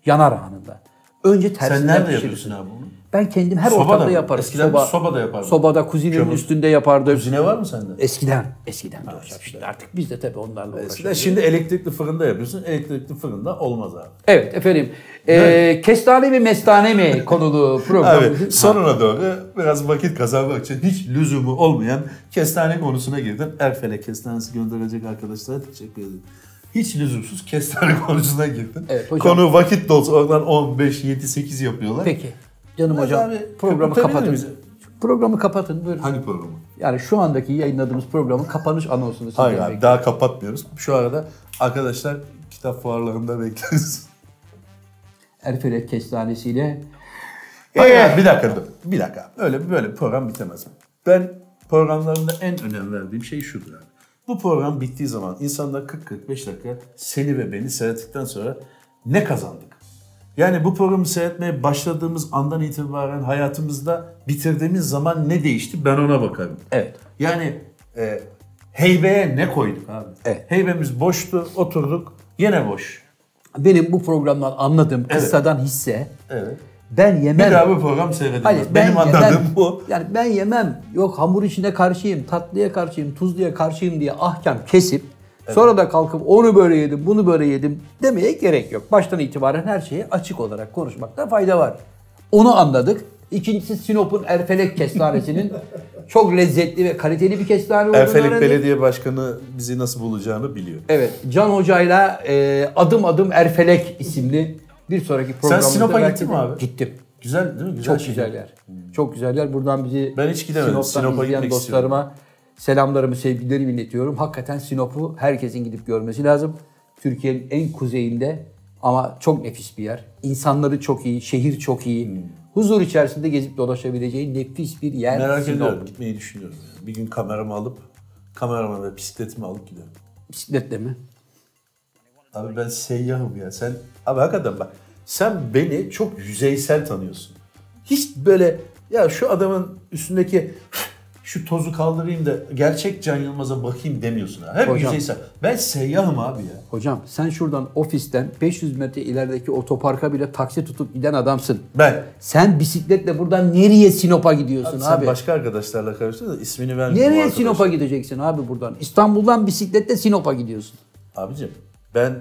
[SPEAKER 1] Yanar anında. Önce tersine
[SPEAKER 2] Hmm. Sen nerede
[SPEAKER 1] pişirirsin.
[SPEAKER 2] yapıyorsun abi bunu?
[SPEAKER 1] Ben kendim her
[SPEAKER 2] Sobada
[SPEAKER 1] ortamda
[SPEAKER 2] mı?
[SPEAKER 1] yaparım.
[SPEAKER 2] Eskiden biz sobada yapardık.
[SPEAKER 1] Sobada kuzinenin
[SPEAKER 2] Kömür.
[SPEAKER 1] üstünde yapardım.
[SPEAKER 2] Kuzine var mı sende?
[SPEAKER 1] Eskiden. Eskiden de hocam. Şimdi artık biz de tabii onlarla
[SPEAKER 2] Eskiden
[SPEAKER 1] uğraşıyoruz.
[SPEAKER 2] şimdi elektrikli fırında yapıyorsun. Elektrikli fırında olmaz abi.
[SPEAKER 1] Evet efendim. Ee, kestane mi mestane mi konulu programımızın.
[SPEAKER 2] Abi sonuna doğru biraz vakit kazanmak için hiç lüzumu olmayan kestane konusuna girdim. Erfel'e kestanesi gönderecek arkadaşlara teşekkür ederim. Hiç lüzumsuz kestane konusuna girdim.
[SPEAKER 1] Evet, hocam.
[SPEAKER 2] Konu vakit de olsa oradan 15, 7, 8 yapıyorlar.
[SPEAKER 1] Peki. Canım
[SPEAKER 2] Biraz
[SPEAKER 1] hocam
[SPEAKER 2] abi,
[SPEAKER 1] programı
[SPEAKER 2] kapatabilir
[SPEAKER 1] kapatın.
[SPEAKER 2] miyiz?
[SPEAKER 1] Programı kapatın buyurun.
[SPEAKER 2] Hangi Hani programı?
[SPEAKER 1] Yani şu andaki yayınladığımız programın kapanış anonsunu sizden
[SPEAKER 2] Hayır abi
[SPEAKER 1] bekliyorum.
[SPEAKER 2] daha kapatmıyoruz. Şu arada arkadaşlar kitap fuarlarında bekleriz.
[SPEAKER 1] Erfelek kestanesiyle
[SPEAKER 2] Hayır abi, bir dakika dur. Bir dakika. Öyle böyle bir program bitemez. Ben programlarımda en önem verdiğim şey şudur abi. Bu program bittiği zaman insanlar 40-45 dakika seni ve beni seyrettikten sonra ne kazandık? Yani bu programı seyretmeye başladığımız andan itibaren hayatımızda bitirdiğimiz zaman ne değişti ben ona bakarım.
[SPEAKER 1] Evet.
[SPEAKER 2] Yani e, heybeye ne koyduk abi?
[SPEAKER 1] Evet.
[SPEAKER 2] Heybemiz boştu, oturduk, yine boş.
[SPEAKER 1] benim bu programdan anladığım kıssadan hisse
[SPEAKER 2] Evet.
[SPEAKER 1] ben yemem.
[SPEAKER 2] Bir daha bu program seyredilmez.
[SPEAKER 1] Hayır, ben
[SPEAKER 2] Ee, Benim
[SPEAKER 1] yemem.
[SPEAKER 2] anladığım bu.
[SPEAKER 1] Yani ben yemem. Yok hamur işine karşıyım, tatlıya karşıyım, tuzluya karşıyım diye ahkam kesip sonra da kalkıp onu böyle yedim, bunu böyle yedim demeye gerek yok. Baştan itibaren her şeyi açık olarak konuşmakta fayda var. Onu anladık. İkincisi Sinop'un Erfelek kestanesinin çok lezzetli ve kaliteli bir kestane olduğunu
[SPEAKER 2] Erfelek
[SPEAKER 1] öğrendik.
[SPEAKER 2] Belediye Başkanı bizi nasıl bulacağını biliyor.
[SPEAKER 1] Evet, Can Hoca'yla e, Adım Adım Erfelek isimli bir sonraki programımızda...
[SPEAKER 2] Sinop'a
[SPEAKER 1] belki
[SPEAKER 2] gittin
[SPEAKER 1] de-
[SPEAKER 2] mi abi?
[SPEAKER 1] Gittim.
[SPEAKER 2] Güzel değil mi? Güzel şey.
[SPEAKER 1] Çok
[SPEAKER 2] şehir.
[SPEAKER 1] güzel yer. Çok güzel yer. Buradan bizi
[SPEAKER 2] Ben hiç gidemedim.
[SPEAKER 1] Sinop'tan
[SPEAKER 2] Sinop'a
[SPEAKER 1] izleyen
[SPEAKER 2] gitmek
[SPEAKER 1] dostlarıma selamlarımı, sevgilerimi iletiyorum. Hakikaten Sinop'u herkesin gidip görmesi lazım. Türkiye'nin en kuzeyinde ama çok nefis bir yer. İnsanları çok iyi, şehir çok iyi.
[SPEAKER 2] Hmm.
[SPEAKER 1] Huzur içerisinde gezip dolaşabileceğin nefis bir yer
[SPEAKER 2] Merak
[SPEAKER 1] Sinop.
[SPEAKER 2] ediyorum. Gitmeyi düşünüyorum. yani. Bir gün kameramı alıp, kameramı ve bisikletimi alıp giderim.
[SPEAKER 1] Bisikletle mi?
[SPEAKER 2] Abi ben seyyahım ya. Sen, abi hakikaten bak. sen beni çok yüzeysel tanıyorsun. Hiç böyle ya şu adamın üstündeki şu tozu kaldırayım da gerçek Can Yılmaz'a bakayım demiyorsun. ha. Hep
[SPEAKER 1] Hocam.
[SPEAKER 2] yüzeysel. Ben seyyahım abi ya.
[SPEAKER 1] Hocam sen şuradan ofisten 500 metre ilerideki otoparka bile taksi tutup giden adamsın.
[SPEAKER 2] Ben.
[SPEAKER 1] Sen bisikletle buradan nereye Sinop'a gidiyorsun abi?
[SPEAKER 2] Sen başka arkadaşlarla karıştırdın da ismini vermiyorum.
[SPEAKER 1] nereye
[SPEAKER 2] arkadaş.
[SPEAKER 1] Sinop'a gideceksin abi buradan? İstanbul'dan bisikletle Sinop'a gidiyorsun.
[SPEAKER 2] Abicim ben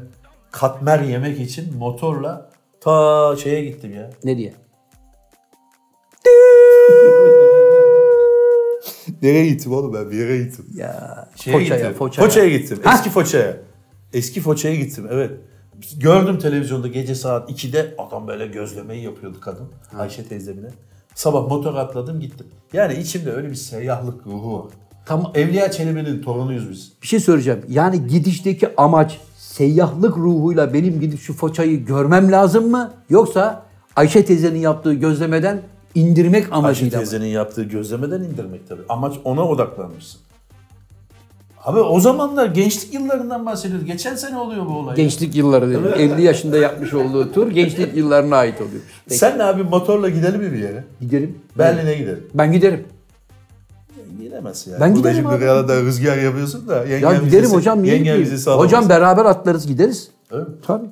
[SPEAKER 2] katmer yemek için motorla ta şeye gittim ya.
[SPEAKER 1] Nereye?
[SPEAKER 2] Nereye gittim oğlum ben? Bir yere gittim.
[SPEAKER 1] Ya
[SPEAKER 2] Şeye
[SPEAKER 1] Foça'ya,
[SPEAKER 2] gittim.
[SPEAKER 1] Foça'ya.
[SPEAKER 2] gittim. Eski Foça'ya. Eski Foça'ya gittim evet. Gördüm televizyonda gece saat 2'de adam böyle gözlemeyi yapıyordu kadın. Ayşe teyzemine. Sabah motor atladım gittim. Yani içimde öyle bir seyyahlık ruhu var.
[SPEAKER 1] Tam-
[SPEAKER 2] Evliya Çelebi'nin torunuyuz biz.
[SPEAKER 1] bir şey söyleyeceğim. Yani gidişteki amaç seyyahlık ruhuyla benim gidip şu Foça'yı görmem lazım mı? Yoksa Ayşe teyzenin yaptığı gözlemeden indirmek
[SPEAKER 2] Ayşe
[SPEAKER 1] amacıyla mı?
[SPEAKER 2] teyzenin yaptığı gözlemeden indirmek tabii. Amaç ona odaklanmışsın. Abi o zamanlar gençlik yıllarından bahsediyoruz. Geçen sene oluyor bu olay.
[SPEAKER 1] Gençlik yılları dedim. 50 yaşında yapmış olduğu tur gençlik yıllarına ait oluyor. Peki,
[SPEAKER 2] Sen ne abi motorla gidelim mi bir yere?
[SPEAKER 1] gidelim.
[SPEAKER 2] Berlin'e gidelim.
[SPEAKER 1] Ben giderim.
[SPEAKER 2] Gidemez yani.
[SPEAKER 1] Ben
[SPEAKER 2] Burada
[SPEAKER 1] giderim
[SPEAKER 2] şimdi
[SPEAKER 1] abi.
[SPEAKER 2] Real'da rüzgar yapıyorsun da yengen
[SPEAKER 1] Ya giderim
[SPEAKER 2] vizesi-
[SPEAKER 1] hocam niye
[SPEAKER 2] yengen
[SPEAKER 1] gitmeyeyim?
[SPEAKER 2] vizesi alamazsın.
[SPEAKER 1] Hocam beraber atlarız gideriz.
[SPEAKER 2] Öyle mi?
[SPEAKER 1] Tabii.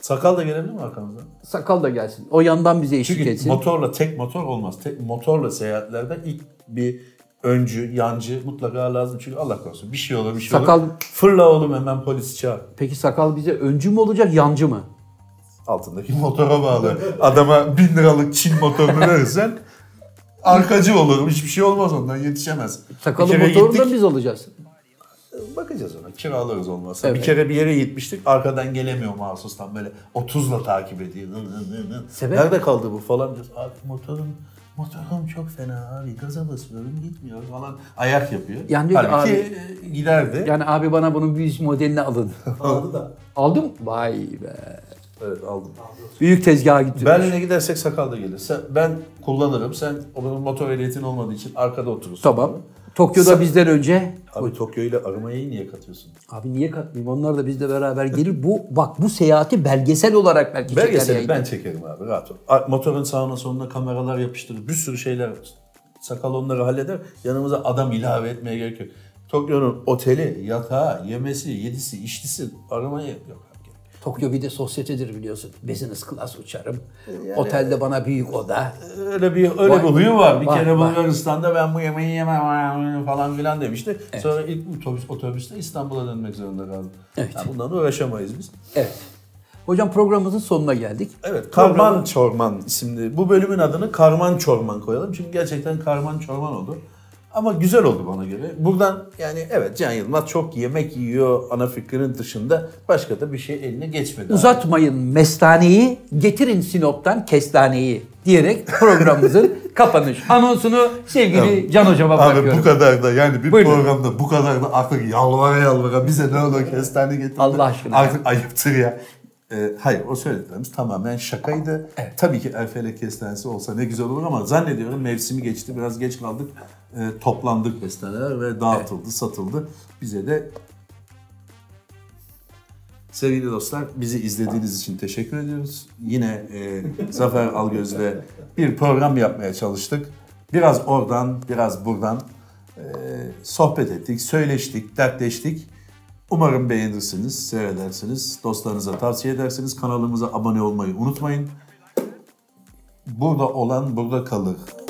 [SPEAKER 2] Sakal da gelebilir mi arkamızdan?
[SPEAKER 1] Sakal da gelsin. O yandan bize eşlik
[SPEAKER 2] Çünkü
[SPEAKER 1] etsin.
[SPEAKER 2] motorla tek motor olmaz. Tek motorla seyahatlerde ilk bir öncü, yancı mutlaka lazım. Çünkü Allah korusun bir şey olur bir şey
[SPEAKER 1] Sakal-
[SPEAKER 2] olur. Fırla oğlum hemen polisi çağır.
[SPEAKER 1] Peki sakal bize öncü mü olacak yancı mı?
[SPEAKER 2] Altındaki motora bağlı. Adama bin liralık Çin motorunu verirsen arkacı olur. Hiçbir şey olmaz ondan yetişemez. Bir
[SPEAKER 1] Sakalın
[SPEAKER 2] kere
[SPEAKER 1] motorunu da
[SPEAKER 2] gittik,
[SPEAKER 1] biz olacağız.
[SPEAKER 2] Bakacağız ona. Kiralarız olmazsa.
[SPEAKER 1] Evet.
[SPEAKER 2] Bir kere bir yere gitmiştik. Arkadan gelemiyor mahsustan böyle 30'la takip ediyor. Hı hı hı.
[SPEAKER 1] Sebep?
[SPEAKER 2] Nerede kaldı bu falan diyoruz. Abi motorum motorum çok fena abi. Gaza basıyorum gitmiyor falan. Ayak yapıyor.
[SPEAKER 1] Yani diyor ki
[SPEAKER 2] Halbuki
[SPEAKER 1] abi-
[SPEAKER 2] e, giderdi.
[SPEAKER 1] Yani abi bana bunun bir modelini alın.
[SPEAKER 4] Aldı da.
[SPEAKER 1] Aldın mı? Vay be.
[SPEAKER 2] Evet aldım.
[SPEAKER 1] Büyük tezgaha gittim.
[SPEAKER 2] Berlin'e gidersek sakal da gelir. Sen, ben kullanırım. Sen onun motor ehliyetin olmadığı için arkada oturursun.
[SPEAKER 1] Tamam. Tokyo'da bizden önce.
[SPEAKER 2] Abi Tokyo ile Arumaya'yı niye katıyorsun?
[SPEAKER 1] Abi niye katmayayım? Onlar da bizle beraber gelir. Bu bak bu seyahati belgesel olarak belki çeker
[SPEAKER 2] Belgeseli
[SPEAKER 1] yayın.
[SPEAKER 2] ben çekerim abi rahat ol. A- Motorun sağına soluna kameralar yapıştırır. Bir sürü şeyler sakal onları halleder. Yanımıza adam ilave etmeye gerek yok. Tokyo'nun oteli, yatağı, yemesi, yedisi, içtisi aramayı yok. abi.
[SPEAKER 1] Tokyo bir de sosyetedir biliyorsun. Business class uçarım. Otelde bana büyük oda.
[SPEAKER 2] Öyle bir öyle
[SPEAKER 1] Vay-
[SPEAKER 2] bir huyu var. Bir
[SPEAKER 1] vay-
[SPEAKER 2] kere
[SPEAKER 1] vay.
[SPEAKER 2] Bulgaristan'da ben bu yemeği yemem falan filan demişti. Sonra ilk otobüs otobüste İstanbul'a dönmek zorunda kaldım.
[SPEAKER 1] Evet.
[SPEAKER 2] Ya bundan uğraşamayız biz.
[SPEAKER 1] Evet. Hocam programımızın sonuna geldik.
[SPEAKER 2] Evet, Karman Çorman isimli. Bu bölümün adını Karman Çorman koyalım. Çünkü gerçekten Karman Çorman oldu. Ama güzel oldu bana göre. Buradan yani evet Can Yılmaz çok yemek yiyor ana fikrinin dışında. Başka da bir şey eline geçmedi.
[SPEAKER 1] Uzatmayın mestaneyi, getirin Sinop'tan kestaneyi diyerek programımızın kapanış anonsunu sevgili Can Hocam'a
[SPEAKER 2] Abi
[SPEAKER 1] bırakıyorum.
[SPEAKER 2] bu kadar da yani bir
[SPEAKER 1] Buyurun.
[SPEAKER 2] programda bu kadar da artık yalvara yalvara bize ne olur kestane getirdi.
[SPEAKER 1] Allah aşkına.
[SPEAKER 2] Artık ayıptır ya. Ee, hayır o söylediklerimiz tamamen şakaydı. Tabii ki Erfelek kestanesi olsa ne güzel olur ama zannediyorum mevsimi geçti biraz geç kaldık. Ee, toplandık kestaneler ve dağıtıldı satıldı. Bize de Sevgili dostlar, bizi izlediğiniz için teşekkür ediyoruz. Yine e, Zafer Algöz'le bir program yapmaya çalıştık. Biraz oradan, biraz buradan e, sohbet ettik, söyleştik, dertleştik. Umarım beğenirsiniz, seyredersiniz, dostlarınıza tavsiye edersiniz. Kanalımıza abone olmayı unutmayın. Burada olan burada kalır